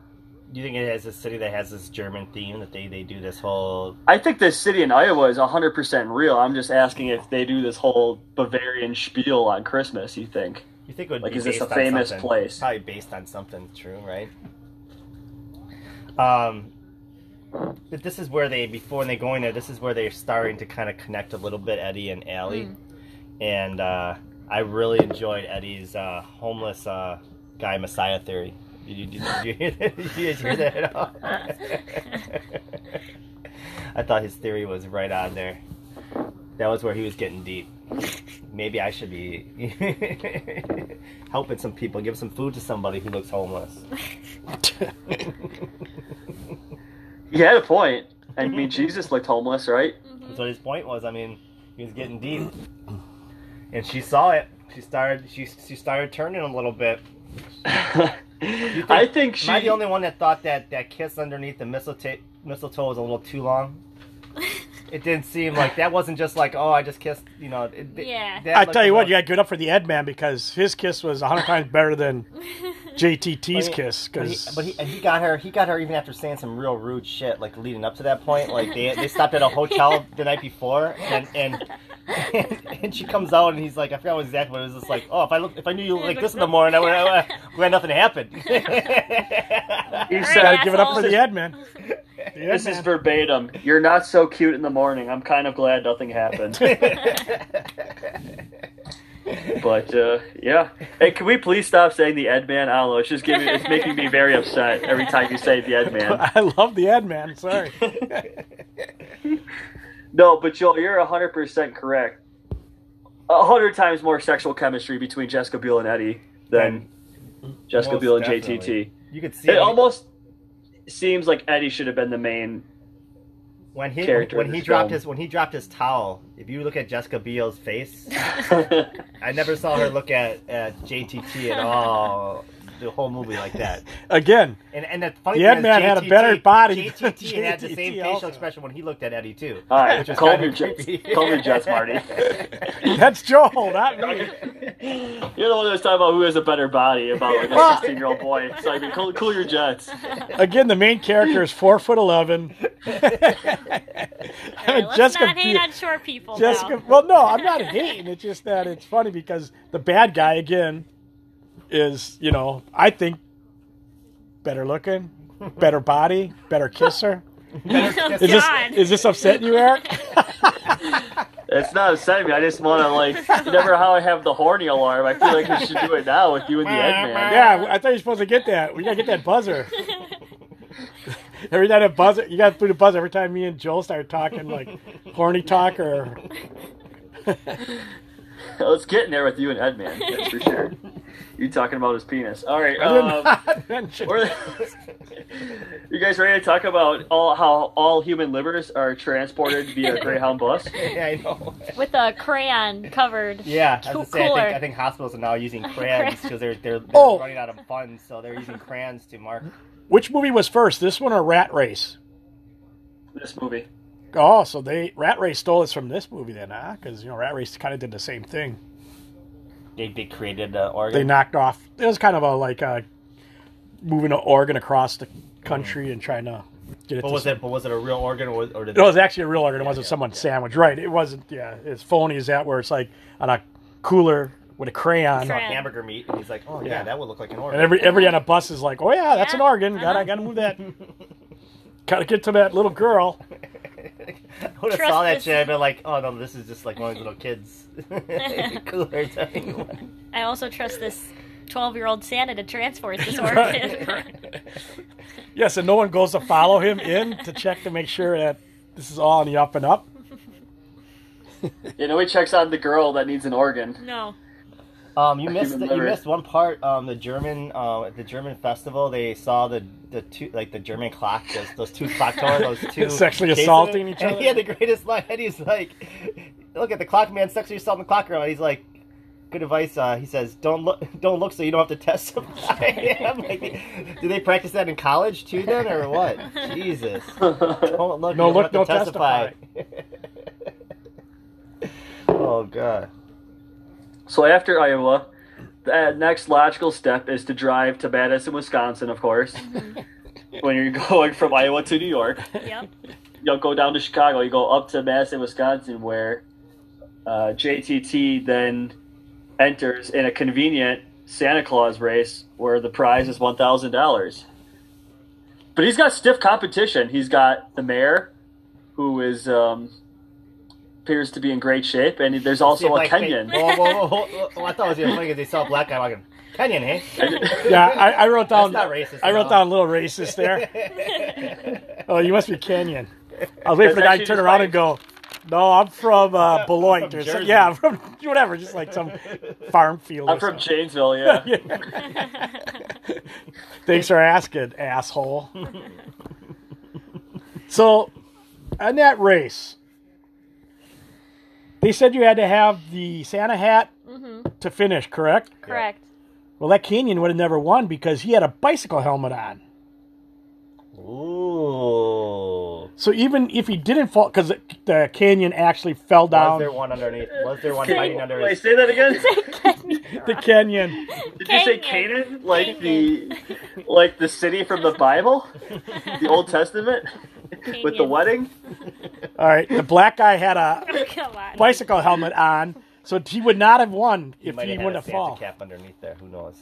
Speaker 5: Do you think it has a city that has this German theme that they, they do this whole
Speaker 2: I think this city in Iowa is 100% real. I'm just asking if they do this whole Bavarian spiel on Christmas, you think?
Speaker 5: you think it would
Speaker 2: Like,
Speaker 5: be
Speaker 2: is this
Speaker 5: based
Speaker 2: a
Speaker 5: on
Speaker 2: famous
Speaker 5: something-
Speaker 2: place?
Speaker 5: Probably based on something true, right? Um, but this is where they before when they go in there. This is where they're starting to kind of connect a little bit, Eddie and Allie, and uh, I really enjoyed Eddie's uh, homeless uh, guy messiah theory. Did you, did you, hear that? Did you guys hear that at all? I thought his theory was right on there. That was where he was getting deep maybe I should be helping some people, give some food to somebody who looks homeless.
Speaker 2: He had a point. I mean, Jesus looked homeless, right?
Speaker 5: That's what his point was. I mean, he was getting deep, and she saw it. She started. She she started turning a little bit.
Speaker 2: I think she.
Speaker 5: Am I the only one that thought that that kiss underneath the mistletoe mistletoe was a little too long? It didn't seem like that wasn't just like oh I just kissed you know. It,
Speaker 3: Yeah.
Speaker 5: that
Speaker 4: I
Speaker 5: looked
Speaker 4: tell
Speaker 5: a
Speaker 4: you what,
Speaker 5: little-
Speaker 4: you got good up for the Ed man because his kiss was hundred times better than JTT's
Speaker 5: But he-
Speaker 4: kiss.
Speaker 5: But he,
Speaker 4: Because
Speaker 5: but he, and he got her. He got her even after saying some real rude shit, like leading up to that point. Like they, they stopped at a hotel the night before, and and and she comes out, and he's like, I forgot what exactly what it was. Just like, oh, if I look, if I knew you looked like this in the morning, I would, I would, I'm glad nothing happened.
Speaker 4: He
Speaker 3: right,
Speaker 4: said, "I give it up for the
Speaker 3: assholes.
Speaker 4: admin." The
Speaker 2: This is
Speaker 4: admin.
Speaker 2: verbatim. You're not so cute in the morning. I'm kind of glad nothing happened. but uh, yeah, hey, can we please stop saying the Ed Man? I don't know. It's just giving. It's making me very upset every time you say the Ed Man.
Speaker 4: I love the ad man. Sorry.
Speaker 2: No, but Joel, you're hundred percent correct. A hundred times more sexual chemistry between Jessica Biel and Eddie than Jessica
Speaker 5: Most
Speaker 2: Biel and JTT.
Speaker 5: definitely. you could see
Speaker 2: It
Speaker 5: it
Speaker 2: almost seems like Eddie should have been the main.
Speaker 5: when he
Speaker 2: character
Speaker 5: when
Speaker 2: in
Speaker 5: he
Speaker 2: this
Speaker 5: dropped
Speaker 2: film.
Speaker 5: his when he dropped his towel. If you look at Jessica Biel's face, I never saw her look at, at JTT at all. The whole movie like that.
Speaker 4: Again,
Speaker 5: And and the funny
Speaker 4: The
Speaker 5: thing
Speaker 4: Ed
Speaker 5: is
Speaker 4: Man had a
Speaker 5: JTT
Speaker 4: better body than
Speaker 5: JTT had the same
Speaker 4: JTT
Speaker 5: facial
Speaker 4: also.
Speaker 5: expression when he looked at Eddie too.
Speaker 2: All right,
Speaker 5: Which is
Speaker 2: call
Speaker 5: kinda
Speaker 2: me Jets.
Speaker 5: creepy.
Speaker 2: Call me Jets, Marty.
Speaker 4: that's Joel, not me.
Speaker 2: You're the one that was talking about who has a better body about like a 16 year old boy. So I mean, cool, cool your jets.
Speaker 4: Again, the main character is four foot eleven.
Speaker 3: All right, let's
Speaker 4: Jessica
Speaker 3: not hate
Speaker 4: Biel-
Speaker 3: on short people.
Speaker 4: Jessica.
Speaker 3: now.
Speaker 4: Well, no, I'm not hating. It's just that it's funny because the bad guy again is, you know, I think better looking, better body, better kisser.
Speaker 3: Oh,
Speaker 4: Is this
Speaker 3: God.
Speaker 4: is this upsetting you, Eric?
Speaker 2: It's not upsetting me. I just want to like, remember how I have the horny alarm? I feel like we should do it now with you and the Eggman.
Speaker 4: Yeah, I thought you were supposed to get that. We gotta get that buzzer. Every time a buzzer, you gotta put a buzzer every time me and Joel start talking like horny talk or
Speaker 2: Let's get in there with you and Edman. That's for sure. You talking about his penis? All right.
Speaker 4: I
Speaker 2: Um,
Speaker 4: didn't mention-
Speaker 2: we're- you guys ready to talk about all how all human livers are transported via Greyhound bus?
Speaker 5: yeah, I know.
Speaker 3: With a crayon covered.
Speaker 5: Yeah, I
Speaker 3: Cool-
Speaker 5: was gonna say, I
Speaker 3: cooler.
Speaker 5: think, I think hospitals are now using crayons because they're they're, they're
Speaker 4: Oh.
Speaker 5: running out of funds, so they're using crayons to mark.
Speaker 4: Which movie was first, this one or Rat Race?
Speaker 2: This movie.
Speaker 4: Oh, so they Rat Race stole this from this movie then, huh? Because you know Rat Race kind of did the same thing.
Speaker 5: They they created the organ.
Speaker 4: They knocked off. It was kind of a like uh, moving an organ across the country and trying to get it.
Speaker 5: But
Speaker 4: to
Speaker 5: was
Speaker 4: some-
Speaker 5: it? But was it a real organ or, was- or did
Speaker 4: It was actually a real organ. It wasn't
Speaker 5: yeah,
Speaker 4: someone's sandwich, right? It wasn't. Yeah, as phony as that, where it's like on a cooler with a crayon,
Speaker 5: they
Speaker 3: Crayon.
Speaker 5: hamburger meat? And he's like, oh yeah,
Speaker 4: Yeah.
Speaker 5: that would look like an organ.
Speaker 4: and every every on a bus is like, oh yeah, that's an
Speaker 3: Yeah,
Speaker 4: organ. Got to
Speaker 3: uh-huh.
Speaker 4: got to move that. Gotta get to that little girl.
Speaker 5: I would have
Speaker 3: Trust
Speaker 5: saw that
Speaker 3: this-
Speaker 5: shit. I'd been like, oh no, this is just like one of those little kids. Cooler than anyone.
Speaker 3: I also trust this 12 year old Santa to transport this organ.
Speaker 4: Yes, and no one goes to follow him in to check to make sure that this is all on the up and up.
Speaker 2: You know, he checks on the girl that needs an organ.
Speaker 3: no.
Speaker 5: Um, you
Speaker 2: I
Speaker 5: missed
Speaker 2: even
Speaker 5: the, you
Speaker 2: remember it.
Speaker 5: missed one part. Um, the German uh, at the German festival, they saw the the two like the German clock, those, those two clock towers, those two
Speaker 4: Sexually
Speaker 5: chasing
Speaker 4: assaulting
Speaker 5: him.
Speaker 4: each
Speaker 5: and
Speaker 4: other.
Speaker 5: He had the greatest line. And he's like, "Look at the clock man sexually assaulting the clock girl." And he's like, "Good advice." Uh, he says, "Don't look, don't look, so you don't have to test somebody." I'm like, do they practice that in college too, then, or what? Jesus, don't look,
Speaker 4: No
Speaker 5: you
Speaker 4: look,
Speaker 5: don't have to
Speaker 4: no
Speaker 5: testify. oh god.
Speaker 2: So after Iowa, the next logical step is to drive to Madison, Wisconsin, of course. when you're going from Iowa to New York,
Speaker 3: Yep.
Speaker 2: you'll go down to Chicago. You go up to Madison, Wisconsin, where uh, JTT then enters in a convenient Santa Claus race where the prize is one thousand dollars. But he's got stiff competition. He's got the mayor, who is um, appears to be in great shape, and there's also
Speaker 5: See,
Speaker 2: a
Speaker 5: like,
Speaker 2: Kenyan.
Speaker 5: They, whoa, whoa, whoa, whoa, whoa. I thought it was even funny because they saw a black guy walking. Kenyan, eh?
Speaker 4: Yeah, I, I wrote down.
Speaker 5: That's not racist
Speaker 4: I
Speaker 5: at
Speaker 4: wrote
Speaker 5: all.
Speaker 4: down a little racist there. oh, you must be Kenyan. I was waiting for the guy to
Speaker 2: actually
Speaker 4: turn
Speaker 2: just
Speaker 4: around
Speaker 2: like-
Speaker 4: and go. No, I'm from uh, Beloit
Speaker 5: from
Speaker 4: or something.
Speaker 5: Jersey."
Speaker 4: Yeah, I'm from whatever, just like some farm field.
Speaker 2: I'm
Speaker 4: or
Speaker 2: from
Speaker 4: something.
Speaker 2: Janesville, yeah.
Speaker 4: Thanks for asking, asshole. so, on that race, they said you had to have the Santa hat to finish, correct?
Speaker 3: Correct.
Speaker 4: Well, that Kenyan would have never won because he had a bicycle helmet on.
Speaker 5: Ooh.
Speaker 4: So even if he didn't fall, because the canyon actually fell
Speaker 5: Was
Speaker 4: down,
Speaker 5: there one underneath? Was there one biting under
Speaker 2: Wait,
Speaker 5: his?
Speaker 2: say that again.
Speaker 4: the canyon.
Speaker 2: Did you say
Speaker 3: Canaan.
Speaker 2: Canaan? Like the like the city from the Bible? The Old Testament? With the
Speaker 3: Canaan.
Speaker 2: wedding?
Speaker 4: All right, the black guy had a
Speaker 3: Come on.
Speaker 4: bicycle helmet on, so he would not have won if
Speaker 5: might
Speaker 4: he
Speaker 5: had
Speaker 4: wouldn't
Speaker 5: a
Speaker 4: have
Speaker 5: Santa
Speaker 4: fallen.
Speaker 5: cap underneath there. Who knows?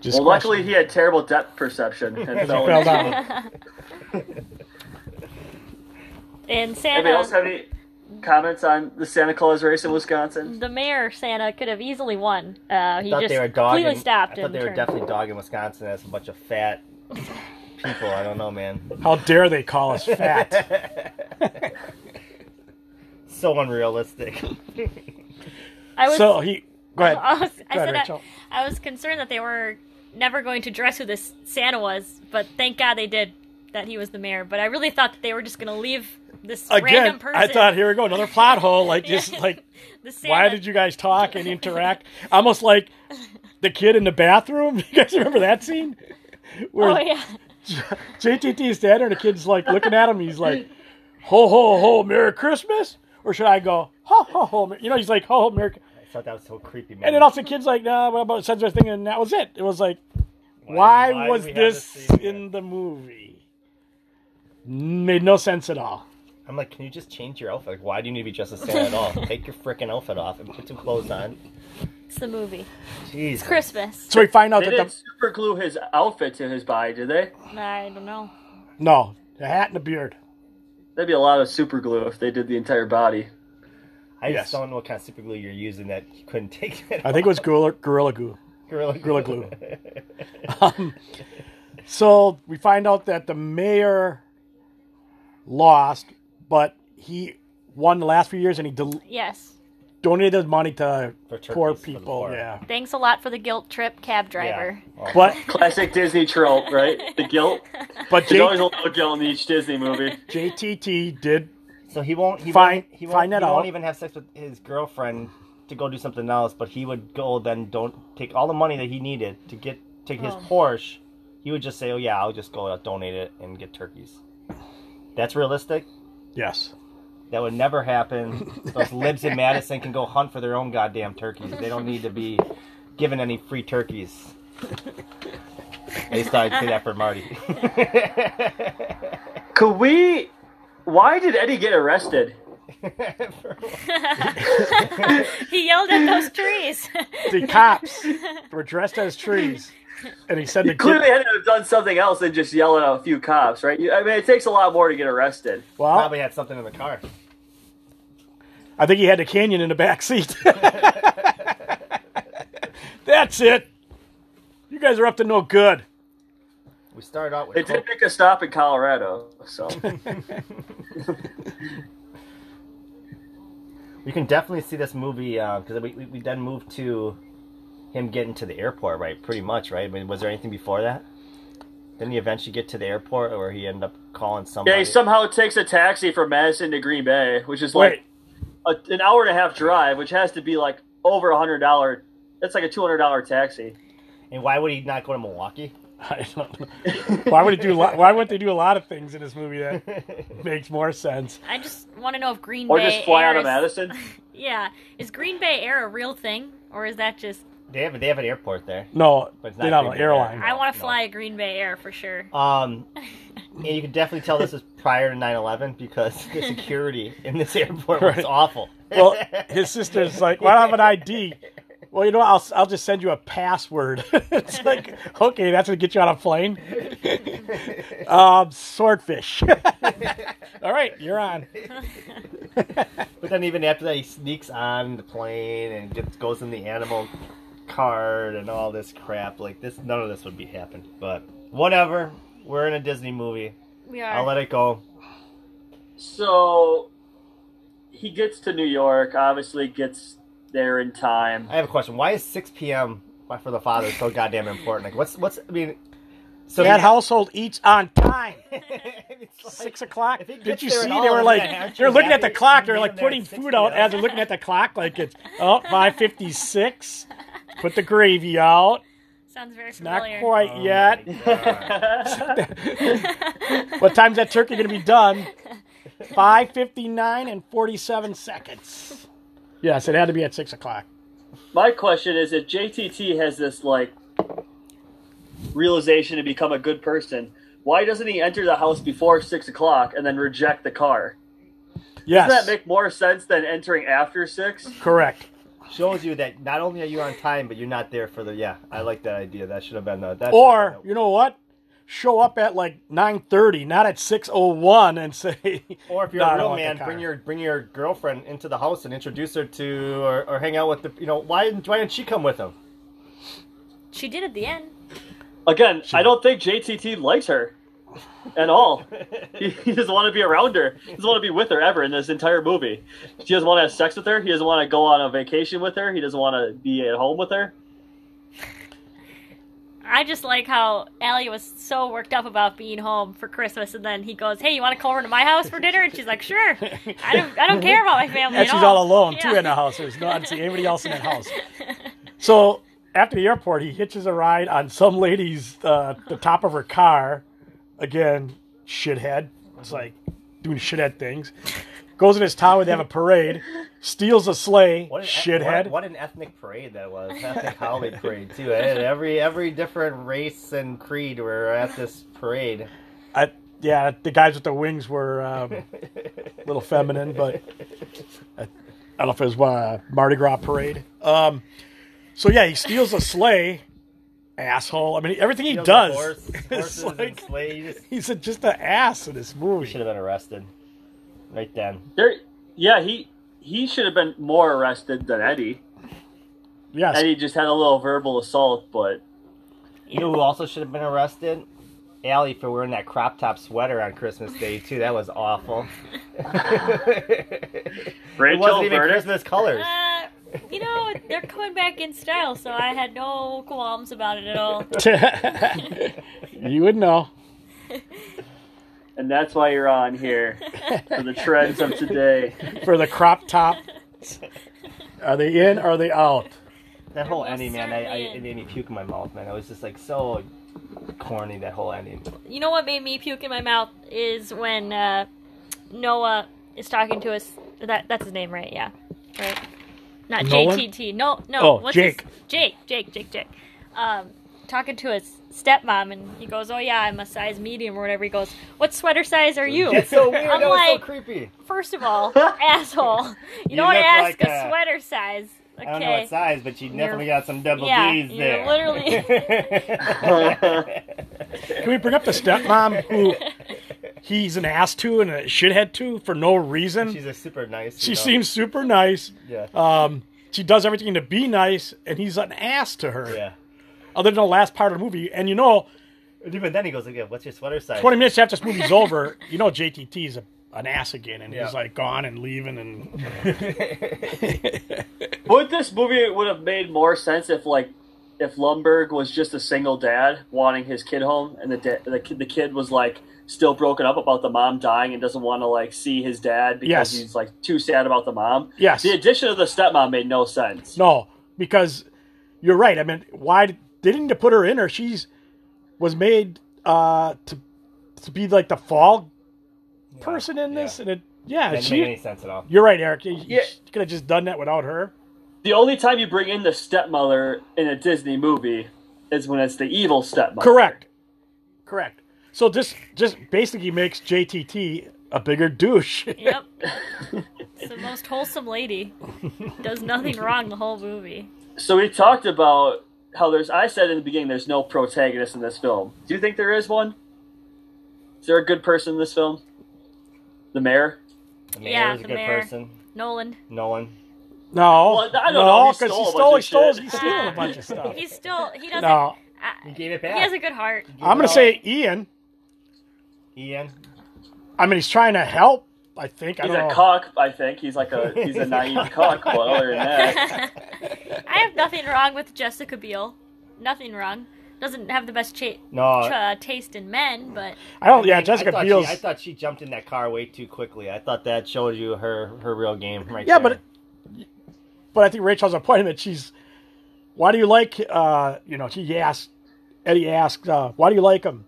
Speaker 4: Just
Speaker 2: Well, luckily
Speaker 4: question.
Speaker 2: he had terrible depth perception and fell.
Speaker 4: fell
Speaker 2: in.
Speaker 4: down.
Speaker 3: And Santa,
Speaker 2: Anybody else have any comments on the Santa Claus race in Wisconsin?
Speaker 3: the mayor Santa could have easily won. Uh, he
Speaker 5: I thought
Speaker 3: just
Speaker 5: they were
Speaker 3: completely
Speaker 5: dogging. I
Speaker 3: stopped
Speaker 5: thought
Speaker 3: and
Speaker 5: they were
Speaker 3: turned.
Speaker 5: definitely dogging Wisconsin as a bunch of fat people. I don't know, man.
Speaker 4: How dare they call us fat?
Speaker 5: So unrealistic.
Speaker 3: I was,
Speaker 4: so he. Go ahead.
Speaker 3: I was, I
Speaker 4: Go ahead,
Speaker 3: said
Speaker 4: Rachel.
Speaker 3: I, I was concerned that they were never going to dress who this Santa was, but thank God they did. That he was the mayor, but I really thought that they were just going to leave this
Speaker 4: Again,
Speaker 3: random person.
Speaker 4: I thought here we go another plot hole. Like just
Speaker 3: Yeah.
Speaker 4: like
Speaker 3: the Santa,
Speaker 4: why did you guys talk and interact? Almost like the kid in the bathroom. You guys remember that scene? Where
Speaker 3: Oh yeah,
Speaker 4: JTT is standing there and the kid's like looking at him. He's like, "Ho ho ho, Merry Christmas," or should I go, "Ho ho ho"? Mer-" You know, he's like, "Ho ho, Merry." Christmas."
Speaker 5: I thought that was so creepy, man.
Speaker 4: And then also, the kid's like, "Nah, what about such a thing?" And that was it. It was like, why,
Speaker 5: why
Speaker 4: was
Speaker 5: do we have
Speaker 4: this,
Speaker 5: this scene,
Speaker 4: in
Speaker 5: man?
Speaker 4: the movie? Made no sense at all.
Speaker 5: I'm like, can you just change your outfit? Like, why do you need to be dressed as Santa at all? Take your freaking outfit off and put some clothes on.
Speaker 3: it's the movie
Speaker 5: Jeez.
Speaker 3: Christmas.
Speaker 4: So we find out
Speaker 2: They
Speaker 4: that
Speaker 2: didn't super glue his outfit to his body, did they?
Speaker 3: I don't know.
Speaker 4: the no, the hat and the beard.
Speaker 2: That'd be a lot of super glue if they did the entire body.
Speaker 5: I just
Speaker 4: Yes.
Speaker 5: don't know what kind of super glue you're using that you couldn't take that
Speaker 4: I think it was gorilla, gorilla goo.
Speaker 5: off. Gorilla,
Speaker 4: Gorilla glue. um, so we find out that the mayor lost, but he won the last few years, and he del-
Speaker 3: Yes,
Speaker 4: donated his money to poor
Speaker 5: For turkeys for the
Speaker 4: people.
Speaker 5: poor.
Speaker 4: yeah,
Speaker 3: thanks a lot for the guilt trip, cab
Speaker 5: Yeah.
Speaker 3: driver.
Speaker 5: Oh,
Speaker 4: but
Speaker 2: Classic Disney trope, right? The guilt.
Speaker 4: but
Speaker 2: There's always a
Speaker 4: J-
Speaker 2: little guilt in each Disney movie.
Speaker 4: JTT did
Speaker 5: So he won't. He
Speaker 4: Fine-
Speaker 5: won't, he won't,
Speaker 4: find that
Speaker 5: he
Speaker 4: out.
Speaker 5: won't even have sex with his girlfriend to go do something else. But he would go then don't take all the money that he needed to get take his
Speaker 3: Oh.
Speaker 5: Porsche. He would just say, "Oh yeah, I'll just go out, donate it and get turkeys." That's realistic.
Speaker 4: yes.
Speaker 5: That would never happen. Those libs in Madison can go hunt for their own goddamn turkeys. They don't need to be given any free turkeys. At least I'd say that for Marty.
Speaker 2: Could we? Why did Eddie get arrested?
Speaker 3: he yelled at those trees.
Speaker 4: The cops were dressed as trees, and he said the
Speaker 2: He clearly had to have done something else than just yell at a few cops, right? You- I mean, it takes a lot more to get arrested.
Speaker 4: well,
Speaker 5: Probably had something in the car.
Speaker 4: I think he had the canyon in the back seat. That's it. You guys are up to no good.
Speaker 5: We started out with
Speaker 2: They did make a stop in Colorado, so
Speaker 5: You can definitely see this movie because we, we, we then moved to him getting to the airport, right? Pretty much, right? I mean, was there anything before that? Didn't he eventually get to the airport, or he ended up calling somebody?
Speaker 2: yeah, he somehow takes a taxi from Madison to Green Bay, which is
Speaker 4: Wait,
Speaker 2: like a, an hour and a half drive, which has to be like over a hundred dollar. That's like a two hundred dollar taxi.
Speaker 5: and why would he not go to Milwaukee?
Speaker 4: I don't know. Why would he do? a lot- Why would they do a lot of things in this movie that makes more sense?
Speaker 3: I just want to know if Green
Speaker 2: Or
Speaker 3: Bay
Speaker 2: just fly
Speaker 3: Air
Speaker 2: out of
Speaker 3: is-
Speaker 2: Madison.
Speaker 3: Yeah, is Green Bay Air a real thing, or is that just
Speaker 5: They have they have an airport there.
Speaker 4: No,
Speaker 5: But it's
Speaker 4: they're
Speaker 5: not
Speaker 4: not an
Speaker 5: Green Bay Air.
Speaker 4: airline.
Speaker 3: I want to
Speaker 5: No.
Speaker 3: fly a Green Bay Air for sure?
Speaker 5: Um, and you can definitely tell this is prior to 9-11 because the security in this airport was
Speaker 4: Right.
Speaker 5: awful.
Speaker 4: Well, his sister's like, "Well, I don't have an ID." Well, you know, I'll I'll just send you a password. it's like, okay, that's gonna get you on a plane. um, swordfish. All right, you're on.
Speaker 5: But then even after that, he sneaks on the plane and gets, goes in the animal card and all this crap. Like this, none of this would be happened. But whatever. We're in a Disney movie.
Speaker 3: We
Speaker 5: I'll
Speaker 3: are.
Speaker 5: let it go.
Speaker 2: So he gets to New York. Obviously, gets there in time.
Speaker 5: I have a question. Why is 6 p.m. why- for the father so goddamn important? Like, what's what's? I mean, so
Speaker 4: that
Speaker 5: he-
Speaker 4: household eats on time.
Speaker 5: it's like-
Speaker 4: Six o'clock.
Speaker 5: If it
Speaker 4: Did
Speaker 5: gets
Speaker 4: you
Speaker 5: there
Speaker 4: see
Speaker 5: at all,
Speaker 4: they were
Speaker 5: I'm
Speaker 4: like
Speaker 5: gonna have
Speaker 4: they're
Speaker 5: to
Speaker 4: looking
Speaker 5: wrap
Speaker 4: at the
Speaker 5: it.
Speaker 4: clock. They're
Speaker 5: Leave
Speaker 4: like
Speaker 5: them at
Speaker 4: putting
Speaker 5: 6
Speaker 4: food out
Speaker 5: p.m.
Speaker 4: as they're looking at the clock. Like it's oh 556. Put the gravy out.
Speaker 3: Sounds very
Speaker 4: Not
Speaker 3: familiar.
Speaker 4: quite
Speaker 5: Oh
Speaker 4: yet.
Speaker 5: my God. Oh
Speaker 4: What time's that turkey gonna be done? Five fifty nine and forty seven seconds. Yes, it had to be at six o'clock.
Speaker 2: My question is if JTT has this like realization to become a good person, why doesn't he enter the house before six o'clock and then reject the car?
Speaker 4: Yes.
Speaker 2: Doesn't that make more sense than entering after six?
Speaker 4: Correct.
Speaker 5: Shows you that not only are you on time, but you're not there for the. Yeah, I like that idea. That should have been the. That
Speaker 4: Or you know what? Show up at like nine thirty, not at six oh one, and say.
Speaker 5: Or if you're
Speaker 4: "No, I don't
Speaker 5: a real
Speaker 4: want the
Speaker 5: man,
Speaker 4: car."
Speaker 5: bring your bring your girlfriend into the house and introduce her to, or, or hang out with the. You know why didn't why didn't she come with him?
Speaker 3: She did at the end.
Speaker 2: Again, I don't think JTT likes her at all. He, he doesn't want to be around her. He doesn't want to be with her ever in this entire movie. She doesn't want to have sex with her. He doesn't want to go on a vacation with her. He doesn't want to be at home with her.
Speaker 3: I just like how Allie was so worked up about being home for Christmas, and then he goes, "Hey, you want to come over to my house for dinner?" And she's like, "Sure." I don't, I don't care about my family.
Speaker 4: And
Speaker 3: at
Speaker 4: she's all alone too in the house. There's not I don't see anybody else in that house. So after the airport, he hitches a ride on some lady's uh, the top of her car. Again, shithead. It's like doing shithead things. Goes in his town where they have a parade. Steals a sleigh.
Speaker 5: What an, e-,
Speaker 4: shithead.
Speaker 5: What, what an ethnic parade that was! Ethnic holiday parade too. And every every different race and creed were at this parade.
Speaker 4: I, yeah, the guys with the wings were um, a little feminine, but I, I don't know if it was uh, Mardi Gras parade. Um, so yeah, he steals a sleigh, asshole. I mean, everything he
Speaker 5: You know, the
Speaker 4: does,
Speaker 5: horse-
Speaker 4: it's
Speaker 5: horses and
Speaker 4: like
Speaker 5: sleigh. You just
Speaker 4: he's a, just an ass in this
Speaker 5: should
Speaker 4: movie.
Speaker 5: have been arrested right then.
Speaker 2: There, yeah, he he should have been more arrested than Eddie.
Speaker 4: Yes,
Speaker 2: Eddie just had a little verbal assault, but
Speaker 5: You know who also should have been arrested? Allie for wearing that crop top sweater on Christmas Day too. That was awful. it
Speaker 2: Rachel
Speaker 5: wasn't even
Speaker 2: Verdict.
Speaker 5: Christmas colors.
Speaker 3: Uh, you know, they're coming back in style, so I had no qualms about it at all.
Speaker 4: you would know.
Speaker 2: And that's why you're on here for the trends of today.
Speaker 4: For the crop top, are they in? Are they out?
Speaker 5: That whole
Speaker 3: They're
Speaker 5: ending, man, I, I
Speaker 3: Serbian.
Speaker 5: it made me puke in my mouth, man. It was just like so corny that whole ending.
Speaker 3: You know what made me puke in my mouth is when uh, Noah is talking to us. That that's his name, right? Yeah, right. Not
Speaker 4: Nolan?
Speaker 3: JTT. No, no.
Speaker 4: Oh,
Speaker 3: what's
Speaker 4: Jake.
Speaker 3: his- Jake. Jake. Jake. Jake. Um, talking to his stepmom, and he goes, "Oh yeah, I'm a size medium or whatever." He goes, "What sweater size are you?"
Speaker 5: It's so weird.
Speaker 3: I'm
Speaker 5: that was
Speaker 3: like,
Speaker 5: so creepy.
Speaker 3: first of all, asshole. You, don't
Speaker 5: look
Speaker 3: ask
Speaker 5: like
Speaker 3: a
Speaker 5: a-
Speaker 3: sweater size. Okay.
Speaker 5: I don't know what size, but you definitely got some double
Speaker 3: yeah,
Speaker 5: D's
Speaker 3: you're
Speaker 5: there.
Speaker 4: Can we bring up the stepmom who he's an ass to and a shithead to for no reason?
Speaker 5: She's a super nice.
Speaker 4: she
Speaker 5: you know.
Speaker 4: seems super nice.
Speaker 5: Yeah.
Speaker 4: Um, she does everything to be nice, and he's an ass to her.
Speaker 5: yeah.
Speaker 4: Other than the last part of the movie, and you know,
Speaker 5: And Even then he goes like, yeah, "What's your sweater size?"
Speaker 4: twenty minutes after this movie's over, you know JTT is a, an ass again, and
Speaker 5: Yeah.
Speaker 4: he's like gone and leaving, and
Speaker 2: Would this movie would have made more sense if like if Lumberg was just a single dad wanting his kid home, and the da- the kid the kid was like still broken up about the mom dying and doesn't want to like see his dad because
Speaker 4: Yes.
Speaker 2: he's like too sad about the mom.
Speaker 4: Yes.
Speaker 2: The addition of the stepmom made no sense.
Speaker 4: no, because you're right. I mean, why did, they didn't put her in her? She's was made uh, to to be like the fall person in this,
Speaker 5: yeah.
Speaker 4: and it yeah,
Speaker 5: Didn't
Speaker 4: she.
Speaker 5: make any sense at all.
Speaker 4: You're right, Eric. You,
Speaker 2: Yeah.
Speaker 4: could have just done that without her.
Speaker 2: The only time you bring in the stepmother in a Disney movie is when it's the evil stepmother.
Speaker 4: Correct. Correct. So this just basically makes JTT a bigger douche.
Speaker 3: Yep. it's the most wholesome lady. Does nothing wrong the whole movie.
Speaker 2: So we talked about how there's. I said in the beginning there's no protagonist in this film. Do you think there is one? Is there a good person in this film? The mayor.
Speaker 5: The mayor
Speaker 3: Yeah,
Speaker 5: was a
Speaker 3: the
Speaker 5: good
Speaker 3: mayor.
Speaker 5: person.
Speaker 3: Nolan.
Speaker 5: No one.
Speaker 4: No,
Speaker 2: Well, I don't
Speaker 4: no,
Speaker 2: know. He
Speaker 4: because
Speaker 2: stole
Speaker 4: he
Speaker 2: a
Speaker 4: stole, he
Speaker 2: bunch
Speaker 4: stole,
Speaker 2: of
Speaker 4: he's
Speaker 2: shit.
Speaker 4: stealing a bunch of stuff.
Speaker 3: He's still he doesn't
Speaker 4: No,
Speaker 5: He
Speaker 3: I,
Speaker 5: gave it
Speaker 3: he
Speaker 5: back.
Speaker 3: has a good heart.
Speaker 4: I'm gonna
Speaker 5: No.
Speaker 4: say Ian.
Speaker 5: Ian.
Speaker 4: I mean, he's trying to help. I think I
Speaker 2: He's
Speaker 4: don't
Speaker 2: a
Speaker 4: know.
Speaker 2: cock. I think he's like a he's a naive cock. But other than that,
Speaker 3: I have nothing wrong with Jessica Biel. Nothing wrong. Doesn't have the best cha-
Speaker 5: No.
Speaker 3: uh, taste in men, but
Speaker 4: I don't. Yeah,
Speaker 5: I- I
Speaker 4: Jessica
Speaker 5: thought she-
Speaker 4: Biel's.
Speaker 5: I thought she jumped in that car way too quickly. I thought that showed you her her real game right
Speaker 4: yeah,
Speaker 5: there.
Speaker 4: but but I think Rachel's appointment. she's. Why do you like? uh You know, she asked Eddie asked, uh, "Why do you like him?"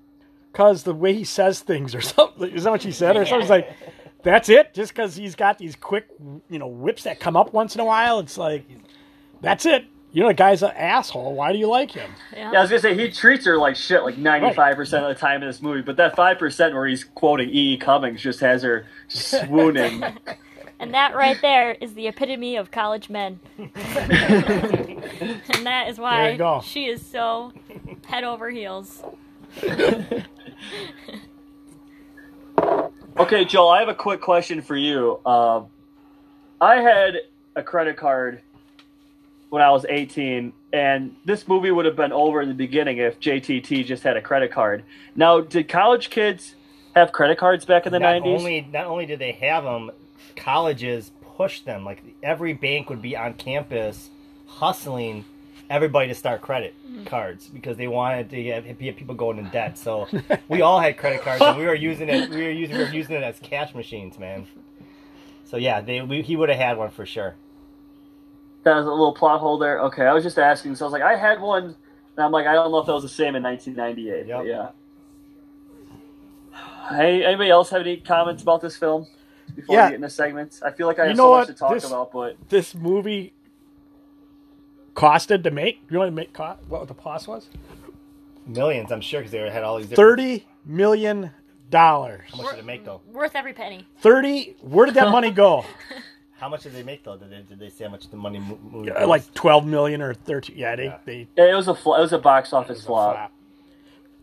Speaker 4: Because the way he says things, or something. Is that what she said? Or something's like, that's it. Just because he's got these quick, you know, whips that come up once in a while. It's like, that's it. You know, the guy's an asshole. Why do you like him?
Speaker 3: yeah.
Speaker 2: yeah, I was gonna say he treats her like shit like ninety five percent of the time in this movie. But that five percent where he's quoting E. E. Cummings just has her swooning.
Speaker 3: And that right there is the epitome of college men. and that is
Speaker 4: There you go.
Speaker 3: why she is so head over heels.
Speaker 2: Okay, Joel, I have a quick question for you. Um, I had a credit card when I was 18, and this movie would have been over in the beginning if JTT just had a credit card. Now, did college kids have credit cards back in the
Speaker 5: not
Speaker 2: 90s?
Speaker 5: only not only did they have them, colleges pushed them. Like every bank would be on campus hustling everybody to start credit cards because they wanted to get, get people going in debt. So we all had credit cards and we were using it. We were using we were using it as cash machines, man. So yeah, they we, he would have had one for sure.
Speaker 2: that was a little plot hole there. Okay, I was just asking. So I was like, I had one, and I'm like, I don't know if that was the same in 1998. but
Speaker 5: Yep.
Speaker 2: Yeah. Hey, anybody else have any comments about this film before
Speaker 4: Yeah.
Speaker 2: we get into segments? I feel like I
Speaker 4: You
Speaker 2: have
Speaker 4: know
Speaker 2: so
Speaker 4: what?
Speaker 2: much to talk
Speaker 4: This-
Speaker 2: about, but
Speaker 4: This movie costed to make. You want to make co- what the cost was?
Speaker 5: Millions, I'm sure, because they had all these different-
Speaker 4: Thirty million dollars.
Speaker 5: How much did it make though?
Speaker 3: Worth every penny.
Speaker 4: Thirty. Where did that money go?
Speaker 5: How much did they make though? Did they, did they say how much the money mo- movie?
Speaker 4: Uh, like twelve million or thirteen. Yeah, they
Speaker 5: Yeah.
Speaker 4: they
Speaker 2: yeah, it was a fl- it was a box office flop.
Speaker 4: flop.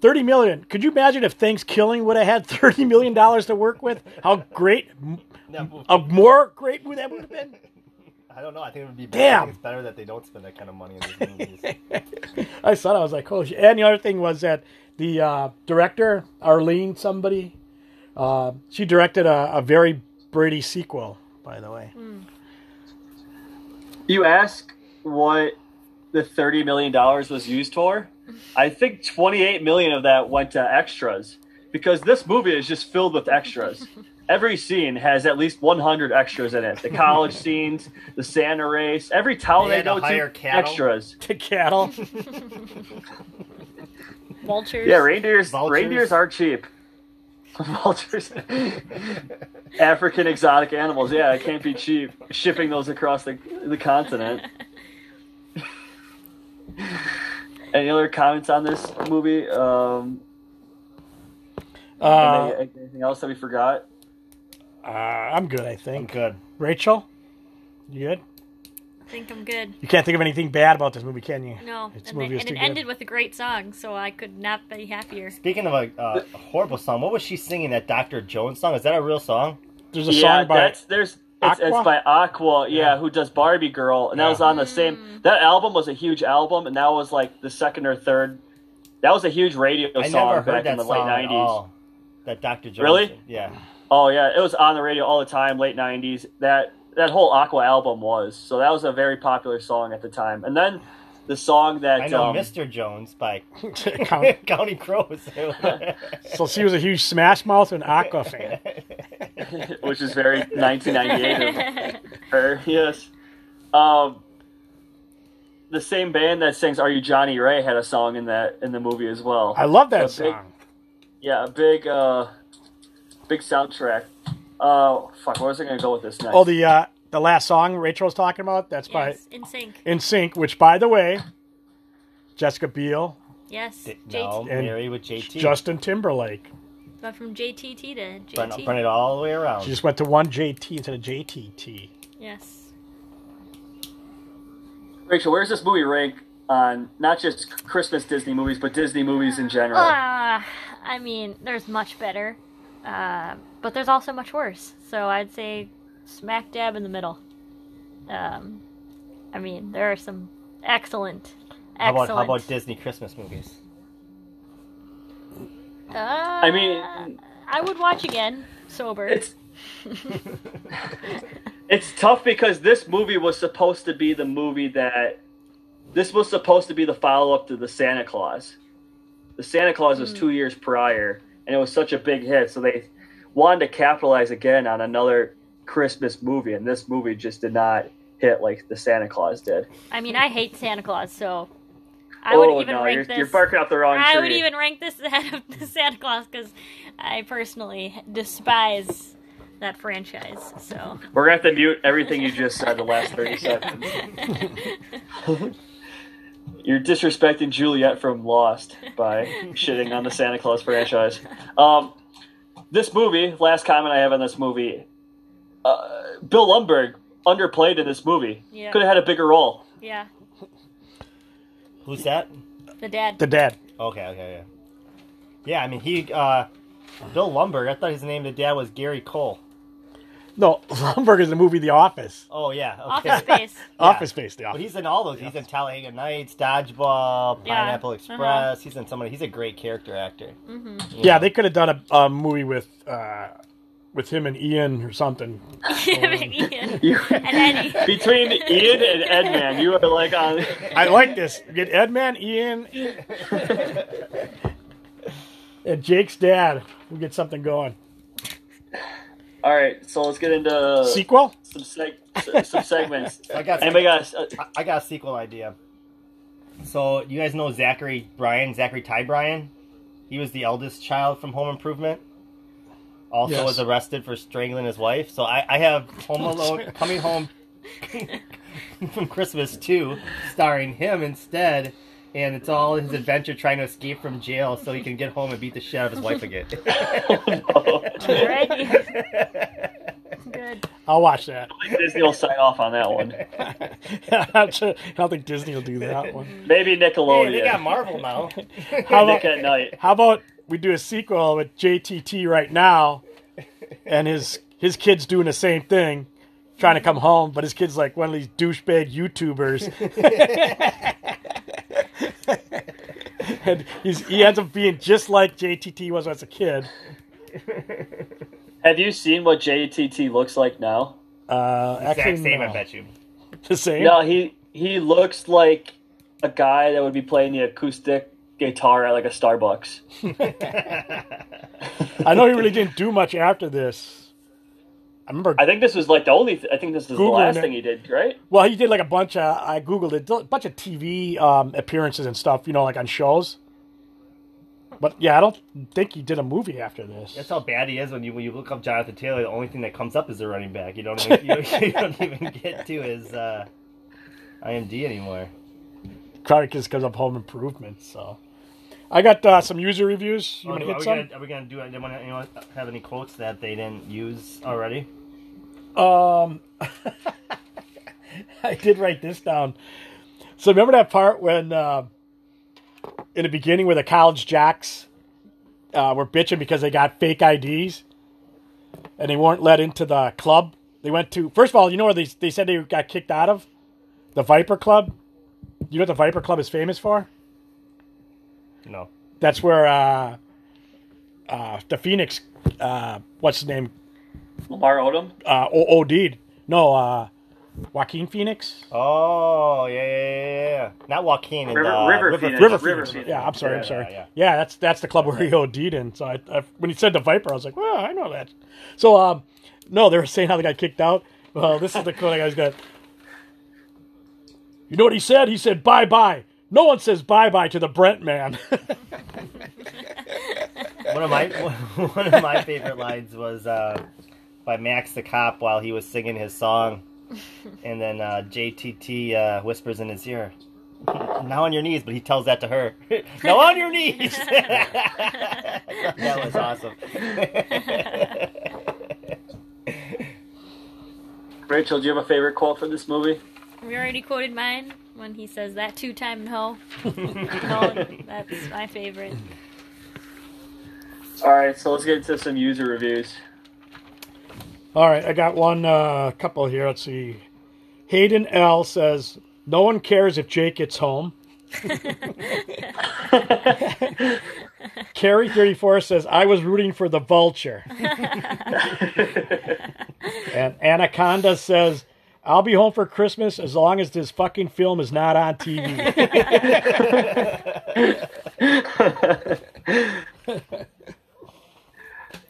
Speaker 4: Thirty million. Could you imagine if Thanksgiving would have had thirty million dollars to work with? How great,
Speaker 5: No,
Speaker 4: a more great would that would have been?
Speaker 5: I don't know. I think it would be better. I
Speaker 4: Damn.
Speaker 5: think it's better that they don't spend that kind of money on these movies.
Speaker 4: I saw that. I was like, holy shit. And the other thing was that the uh, director, Arlene somebody, uh, she directed a, a very Brady sequel, by the way.
Speaker 2: You ask what the thirty million dollars was used for? I think twenty-eight million of that went to extras because this movie is just filled with extras. Every scene has at least one hundred extras in it. The college scenes, the Santa race, every town
Speaker 5: They
Speaker 2: they,
Speaker 5: had
Speaker 2: go
Speaker 5: to hire
Speaker 2: to,
Speaker 5: cattle.
Speaker 2: extras.
Speaker 4: To cattle.
Speaker 3: Vultures.
Speaker 2: Yeah, reindeers.
Speaker 5: Vultures.
Speaker 2: Reindeers are cheap. Vultures, African exotic animals. Yeah, it can't be cheap shipping those across the the continent. Any other comments on this movie? Um,
Speaker 4: Uh,
Speaker 2: any- anything else that we forgot?
Speaker 4: uh, I'm good, I
Speaker 5: I'm
Speaker 4: think.
Speaker 5: good.
Speaker 4: Rachel, you good?
Speaker 3: think I'm good.
Speaker 4: You can't think of anything bad about this movie, can you?
Speaker 3: No,
Speaker 4: This
Speaker 3: and, they-
Speaker 4: movie is
Speaker 3: and
Speaker 4: too
Speaker 3: it
Speaker 4: good.
Speaker 3: ended with a great song, so I could not be happier.
Speaker 5: Speaking of a, uh, a horrible song, what was she singing? That Dr. Jones song? Is that a real song?
Speaker 4: There's a
Speaker 2: yeah,
Speaker 4: song by.
Speaker 2: that's there's. It's, it's
Speaker 4: Aqua?
Speaker 2: by Aqua, yeah, who does Barbie Girl, and that
Speaker 5: Yeah.
Speaker 2: was on the same. That album was a huge album, and that was like the second or third. That was a huge radio
Speaker 5: I
Speaker 2: song
Speaker 5: never
Speaker 2: back
Speaker 5: heard
Speaker 2: in
Speaker 5: that
Speaker 2: the
Speaker 5: song
Speaker 2: late
Speaker 5: at
Speaker 2: '90s.
Speaker 5: all. That Dr. Jones.
Speaker 2: Really?
Speaker 5: Yeah.
Speaker 2: Oh yeah, it was on the radio all the time, late '90s. That that whole Aqua album was so that was a very popular song at the time. And then the song that
Speaker 5: I know
Speaker 2: um,
Speaker 5: Mr. Jones by
Speaker 4: Count-
Speaker 5: County Crows.
Speaker 4: so she was a huge Smash Mouth and Aqua fan.
Speaker 2: which is very 1998 of her. Yes, um, the same band that sings "Are You Johnny Ray" had a song in that in the movie as well.
Speaker 4: I love
Speaker 2: A
Speaker 4: that
Speaker 2: big-
Speaker 4: song.
Speaker 2: yeah, a big uh, big soundtrack. Oh fuck, where was I gonna go with this next?
Speaker 4: Oh, the uh, the last song Rachel was talking about. That's by
Speaker 3: Yes, in sync.
Speaker 4: In Sync, which, by the way, Jessica Biel,
Speaker 3: Yes,
Speaker 5: no,
Speaker 3: JT.
Speaker 4: And
Speaker 5: Mary with JT.
Speaker 4: Justin Timberlake.
Speaker 3: Went from JTT to
Speaker 5: Run,
Speaker 3: JT.
Speaker 5: run it all the way around.
Speaker 4: She just went to one JT instead of JTT.
Speaker 3: Yes.
Speaker 2: Rachel, where's this movie rank on not just Christmas Disney movies, but Disney movies in general?
Speaker 3: Uh, I mean, there's much better, uh, but there's also much worse. So I'd say smack dab in the middle. Um, I mean, there are some excellent,
Speaker 5: how, about,
Speaker 3: excellent.
Speaker 5: how about Disney Christmas movies?
Speaker 3: Uh,
Speaker 2: I mean,
Speaker 3: I would watch again sober.
Speaker 2: it's it's tough because this movie was supposed to be the movie that this was supposed to be the follow up to the Santa Claus. The Santa Claus
Speaker 3: Hmm.
Speaker 2: was two years prior, and it was such a big hit, so they wanted to capitalize again on another Christmas movie, and this movie just did not hit like the Santa Claus did.
Speaker 3: I mean, I hate Santa Claus, so I
Speaker 2: oh
Speaker 3: would even
Speaker 2: no,
Speaker 3: rank
Speaker 2: you're,
Speaker 3: this.
Speaker 2: you're barking up the wrong tree.
Speaker 3: I would even rank this ahead of the Santa Claus because I personally despise that franchise. So.
Speaker 2: We're gonna have to mute everything you just said the last thirty seconds. You're disrespecting Juliet from Lost by shitting on the Santa Claus franchise. Um, this movie, last comment I have on this movie, uh, Bill Lumberg underplayed in this movie.
Speaker 3: Yeah.
Speaker 2: Could have had a bigger role.
Speaker 3: Yeah,
Speaker 5: Who's that?
Speaker 3: the dad.
Speaker 4: The dad.
Speaker 5: Okay, okay, yeah. Yeah, I mean he uh Bill Lumberg, I thought his name the dad was Gary Cole.
Speaker 4: No, Lumberg is the movie The Office.
Speaker 5: Oh yeah, okay.
Speaker 3: Office Space.
Speaker 4: Office Space. The
Speaker 5: But
Speaker 4: Office.
Speaker 5: he's in all those. He's in Talladega Nights, Dodgeball,
Speaker 3: Yeah,
Speaker 5: Pineapple
Speaker 3: uh-huh. Mm-hmm.
Speaker 5: Express. He's in somebody. He's a great character actor.
Speaker 4: Yeah, they could have done a, a movie with uh, with him and Ian or something.
Speaker 3: Ian
Speaker 2: You-
Speaker 3: and Eddie.
Speaker 2: Between Ian and Edman, you are like on.
Speaker 4: I like this. Get Edman, Ian, and Jake's dad. We'll get something going.
Speaker 2: All right, so let's get into
Speaker 4: Sequel?
Speaker 2: some seg- s- some segments.
Speaker 5: I got.
Speaker 2: Anybody got? a s- uh,
Speaker 5: I- I got a sequel idea. So you guys know Zachary Bryan, Zachary Ty Bryan. He was the eldest child from Home Improvement. Also
Speaker 4: Yes. Oh,
Speaker 5: was arrested for strangling his wife. So I, I have Home Alone coming home from Christmas two, starring him instead, and it's all his adventure trying to escape from jail so he can get home and beat the shit out of his wife again.
Speaker 3: Already. Good.
Speaker 4: I'll watch that.
Speaker 2: Disney will sign off on that one.
Speaker 4: I don't think Disney will do that one.
Speaker 2: Maybe
Speaker 5: Hey, they got
Speaker 2: Nickelodeon.
Speaker 5: Marvel now.
Speaker 4: How about,
Speaker 2: Nick at night.
Speaker 4: how about we do a sequel with JTT right now, and his his kid's doing the same thing, trying to come home, but his kid's like one of these douchebag YouTubers. and he's, he ends up being just like JTT was as a kid.
Speaker 2: Have you seen what JTT looks like now?
Speaker 4: Uh,
Speaker 5: Exact
Speaker 4: actually,
Speaker 5: same, I
Speaker 4: no.
Speaker 5: bet you.
Speaker 4: The same.
Speaker 2: No, he he looks like a guy that would be playing the acoustic guitar at like a Starbucks.
Speaker 4: I know he really didn't do much after this. I remember.
Speaker 2: I think this was like the only. Th- I think this was the
Speaker 4: Googling
Speaker 2: last
Speaker 4: it.
Speaker 2: thing he did, right?
Speaker 4: Well, he did like a bunch of. I googled it. A bunch of TV um, appearances and stuff. You know, like on shows. But yeah, I don't think he did a movie after this.
Speaker 5: That's how bad he is when you when you look up Jonathan Taylor. The only thing that comes up is the running back. You don't even, you, don't- you don't even get to his uh, IMD anymore.
Speaker 4: Probably just because of Home Improvement. So, I got uh, some user reviews. You
Speaker 5: Are
Speaker 4: want
Speaker 5: Oh, we,
Speaker 4: to hit
Speaker 5: gonna,
Speaker 4: some?
Speaker 5: are we gonna do? Anyone, anyone have any quotes that they didn't use already?
Speaker 4: Um, I did write this down. So remember that part when uh, in the beginning where the college jacks uh, were bitching because they got fake IDs and they weren't let into the club. They went to first of all, you know where they they said they got kicked out of the Viper Club. You know what the Viper Club is famous for?
Speaker 5: No.
Speaker 4: That's where uh, uh, the Phoenix, uh, what's his name,
Speaker 2: Lamar Odom.
Speaker 4: uh, O- OD'd. No, uh, Joaquin Phoenix.
Speaker 5: Oh yeah yeah yeah. yeah. Not Joaquin and
Speaker 2: River,
Speaker 5: uh,
Speaker 2: River, Phoenix.
Speaker 4: River
Speaker 2: River
Speaker 4: Phoenix.
Speaker 2: Phoenix.
Speaker 4: Yeah, I'm sorry.
Speaker 5: Yeah,
Speaker 4: I'm sorry. Yeah,
Speaker 5: yeah.
Speaker 4: that's that's the club where he OD'd in. So I, I, when he said the Viper, I was like, well, I know that. So um, no, they were saying how they got kicked out. Well, this is the quote I guys got. You know what he said? He said bye bye. No one says bye bye to the Brent man.
Speaker 5: One of my one of my favorite lines was uh, by Max the cop while he was singing his song, and then uh, JTT uh, whispers in his ear, "Now on your knees," but he tells that to her. now on your knees. that was awesome.
Speaker 2: Rachel, do you have a favorite quote from this movie?
Speaker 3: We already quoted mine when he says that two time no. no, that's my favorite.
Speaker 2: All right, so let's get into some user reviews.
Speaker 4: All right, I got one uh, couple here. Let's see. Hayden L says, "No one cares if Jake gets home." Carrie thirty four says, "I was rooting for the vulture." and Anaconda says, "I'll be home for Christmas as long as this fucking film is not on TV."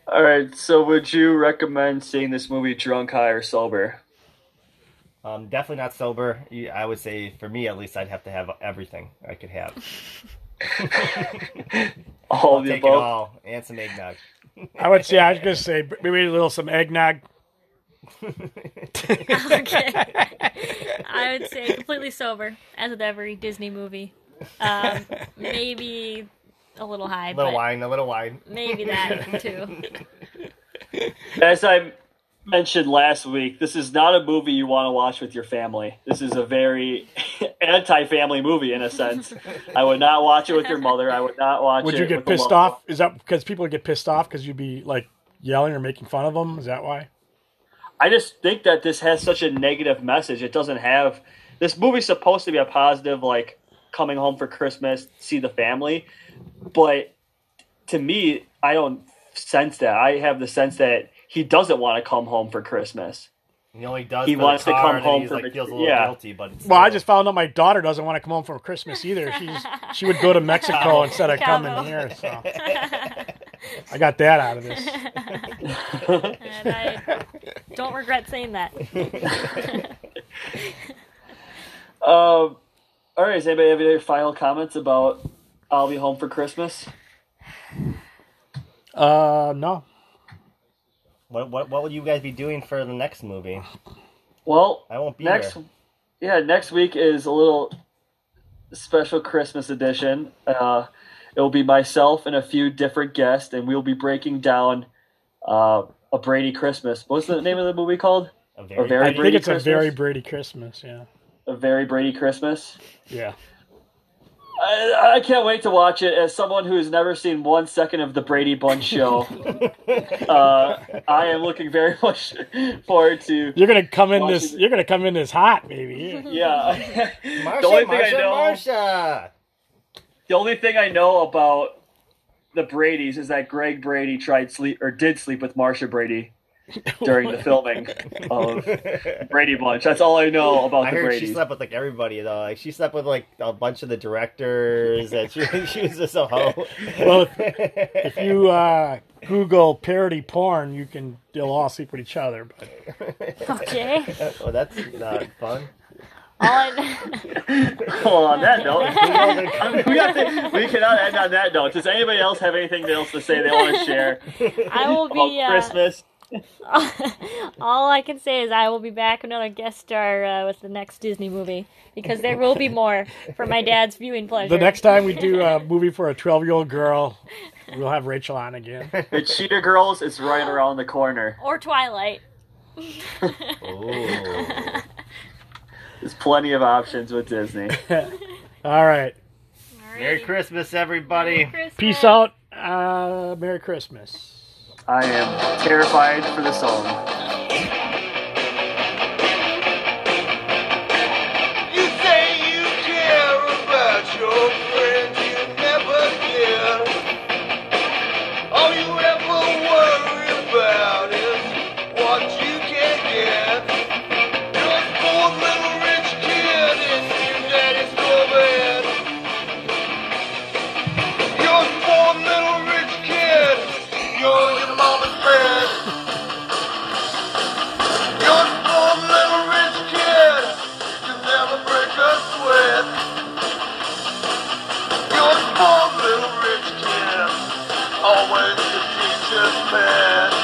Speaker 2: All right, so would you recommend seeing this movie drunk, high, or sober?
Speaker 5: Um, definitely not sober. You- I would say, for me at least, I'd have to have everything I could have.
Speaker 2: All of the
Speaker 5: Take it
Speaker 2: above.
Speaker 5: all and some eggnog.
Speaker 4: I would say I was gonna say maybe a little some eggnog.
Speaker 3: Okay. I would say completely sober, as with every Disney movie. Um, maybe a little high,
Speaker 5: A little
Speaker 3: but
Speaker 5: wine, a little wine.
Speaker 3: maybe that too.
Speaker 2: As I mentioned last week, this is not a movie you want to watch with your family. This is a very anti-family movie in a sense. I would not watch it with your mother. I would not watch
Speaker 4: Would
Speaker 2: it.
Speaker 4: you
Speaker 2: with
Speaker 4: get
Speaker 2: a
Speaker 4: pissed
Speaker 2: loved
Speaker 4: off? Is that because people would get pissed off because you'd be like yelling or making fun of them? Is that why?
Speaker 2: one. I just think that this has such a negative message. It doesn't have this movie's supposed to be a positive like coming home for Christmas, see the family, but to me, I don't sense that. I have the sense that he doesn't want to come home for Christmas.
Speaker 5: He only does.
Speaker 2: He
Speaker 5: for
Speaker 2: wants
Speaker 5: the
Speaker 2: to
Speaker 5: car,
Speaker 2: come
Speaker 5: and then
Speaker 2: home
Speaker 5: he's,
Speaker 2: for
Speaker 5: like,
Speaker 2: the-
Speaker 5: feels a little
Speaker 2: yeah.
Speaker 5: guilty, but it's
Speaker 4: Well, I
Speaker 5: still-
Speaker 4: just found out my daughter doesn't want to come home for Christmas either. She's she would go to Mexico instead of
Speaker 3: Cabo.
Speaker 4: coming here. So I got that out of this.
Speaker 3: and I don't regret saying that.
Speaker 2: Um, all right, does anybody have any final comments about I'll be home for Christmas?
Speaker 4: Uh, no,
Speaker 5: What, what what will you guys be doing for the next movie?
Speaker 2: Well,
Speaker 5: I won't be
Speaker 2: next,
Speaker 5: here.
Speaker 2: yeah, next week is a little special Christmas edition. Uh, it will be myself and a few different guests, and we'll be breaking down uh, a Brady Christmas. What's the name of the movie called?
Speaker 5: A
Speaker 2: A very
Speaker 4: I
Speaker 2: Brady
Speaker 4: think it's
Speaker 2: Christmas?
Speaker 4: a very Brady Christmas. Yeah,
Speaker 2: A very Brady Christmas.
Speaker 4: yeah.
Speaker 2: I, I can't wait to watch it. As someone who has never seen one second of the Brady Bunch show, uh, I am looking very much forward to.
Speaker 4: You're gonna come in this.
Speaker 2: Washington-
Speaker 4: You're gonna come in this hot, baby.
Speaker 2: Yeah.
Speaker 5: Marsha,
Speaker 2: the only thing
Speaker 5: Marsha,
Speaker 2: I know.
Speaker 5: Marsha.
Speaker 2: The only thing I know about the Brady's is that Greg Brady tried sleep or did sleep with Marsha Brady during the filming of Brady Bunch. That's all I know about
Speaker 5: I
Speaker 2: the
Speaker 5: heard
Speaker 2: Brady's.
Speaker 5: she slept with like everybody though. Like she slept with like a bunch of the directors. And she, she was just a hoe.
Speaker 4: Well, if, if you uh, Google parody porn, you can. They'll all sleep with each other. But
Speaker 3: Okay.
Speaker 5: oh, that's not fun.
Speaker 3: All I,
Speaker 2: Well, on that note, we, have to, we cannot end on that note. Does anybody else have anything else to say they want to share
Speaker 3: I will
Speaker 2: about
Speaker 3: be. Uh,
Speaker 2: Christmas?
Speaker 3: all I can say is I will be back another guest star uh, with the next Disney movie because there will be more for my dad's viewing pleasure.
Speaker 4: the next time we do a movie for a 12 year old girl, we'll have Rachel on again.
Speaker 2: The Cheetah Girls is right around the corner.
Speaker 3: or Twilight.
Speaker 5: Oh. Ooh.
Speaker 2: There's plenty of options with Disney.
Speaker 4: All right.
Speaker 5: Merry Christmas, everybody.
Speaker 4: Peace out. Uh, Merry Christmas.
Speaker 2: I am terrified for the song.
Speaker 1: You say you care about your friends you never did. All you ever worry about is what you can get. You're a poor little rich kid in your daddy's Corvette. You're a poor little rich kid. You're your mama's bed. You're a poor little rich kid. You never break a sweat. You're a poor little rich kid, always your teacher's pet.